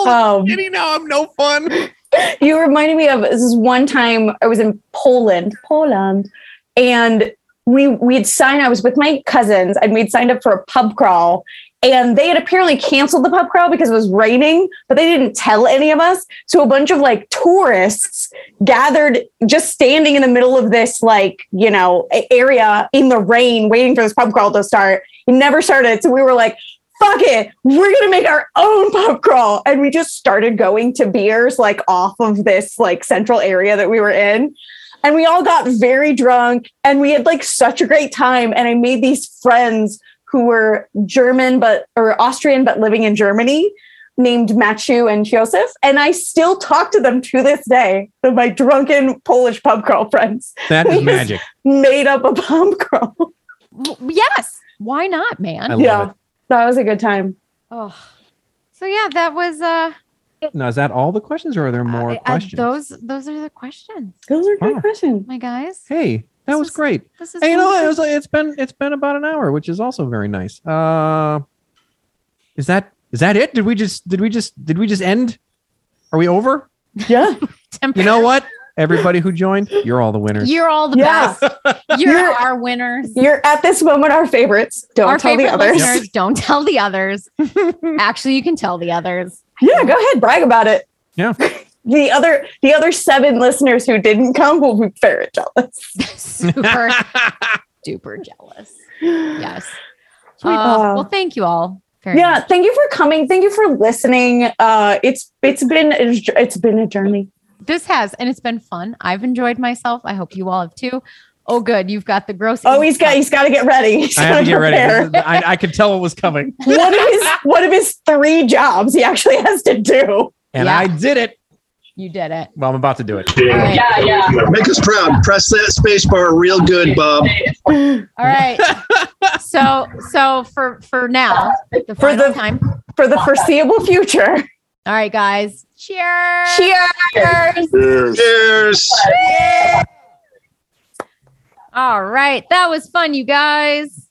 Um, Skinny now, I'm no fun. *laughs* you reminded me of this is one time I was in Poland, Poland, and we we'd signed. I was with my cousins, and we'd signed up for a pub crawl. And they had apparently canceled the pub crawl because it was raining, but they didn't tell any of us. So a bunch of like tourists gathered just standing in the middle of this like you know a- area in the rain, waiting for this pub crawl to start. It never started, so we were like, fuck it, we're gonna make our own pub crawl. And we just started going to beers like off of this like central area that we were in. And we all got very drunk and we had like such a great time. And I made these friends who were German but or Austrian but living in Germany named Machu and Joseph. And I still talk to them to this day. They're my drunken Polish pub crawl friends. That is We just magic. *laughs* Made up a pub crawl. yes. Why not, man? I love Yeah. it. That was a good time. Oh. So yeah, that was uh, Now, is that all the questions, or are there more uh, questions? those those are the questions. Those are good Wow. questions. My guys. hey, that was great. This is Hey, you know, what? fun. it was, like- it's been it's been about an hour, which is also very nice. Uh, is that is that it? Did we just did we just did we just end? Are we *laughs* over? Yeah. You know what? Everybody who joined, you're all the winners. You're all the Yeah. *laughs* best. You're, You're- our winners. You're at this moment our favorites. Don't our tell the favorite others. *laughs* listeners. Don't tell the *laughs* others. Actually, you can tell *laughs* the others. Yeah, go ahead, brag about it. Yeah. *laughs* The other the other seven listeners who didn't come will be very jealous. *laughs* Super duper jealous. Yes. Uh, well, thank you all. Very yeah, much. thank you for coming. Thank you for listening. Uh it's it's been a j- it's been a journey. This has, and it's been fun. I've enjoyed myself. I hope you all have too. Oh, good. You've got the gross. Oh, he's got he's got to get ready. He's I had to gotta get ready. prepare. This is- I, I could tell it was coming, one of his one of his three jobs he actually has to do. and Yeah. I did it. You did it. Well, I'm about to do it. All right. yeah. Make us proud. Press that space bar real good, Bob. All *laughs* right. so so for for now, the For final the- time. For the foreseeable future. All right, guys. Cheers. Cheers. Cheers. Cheers. All right. That was fun, you guys.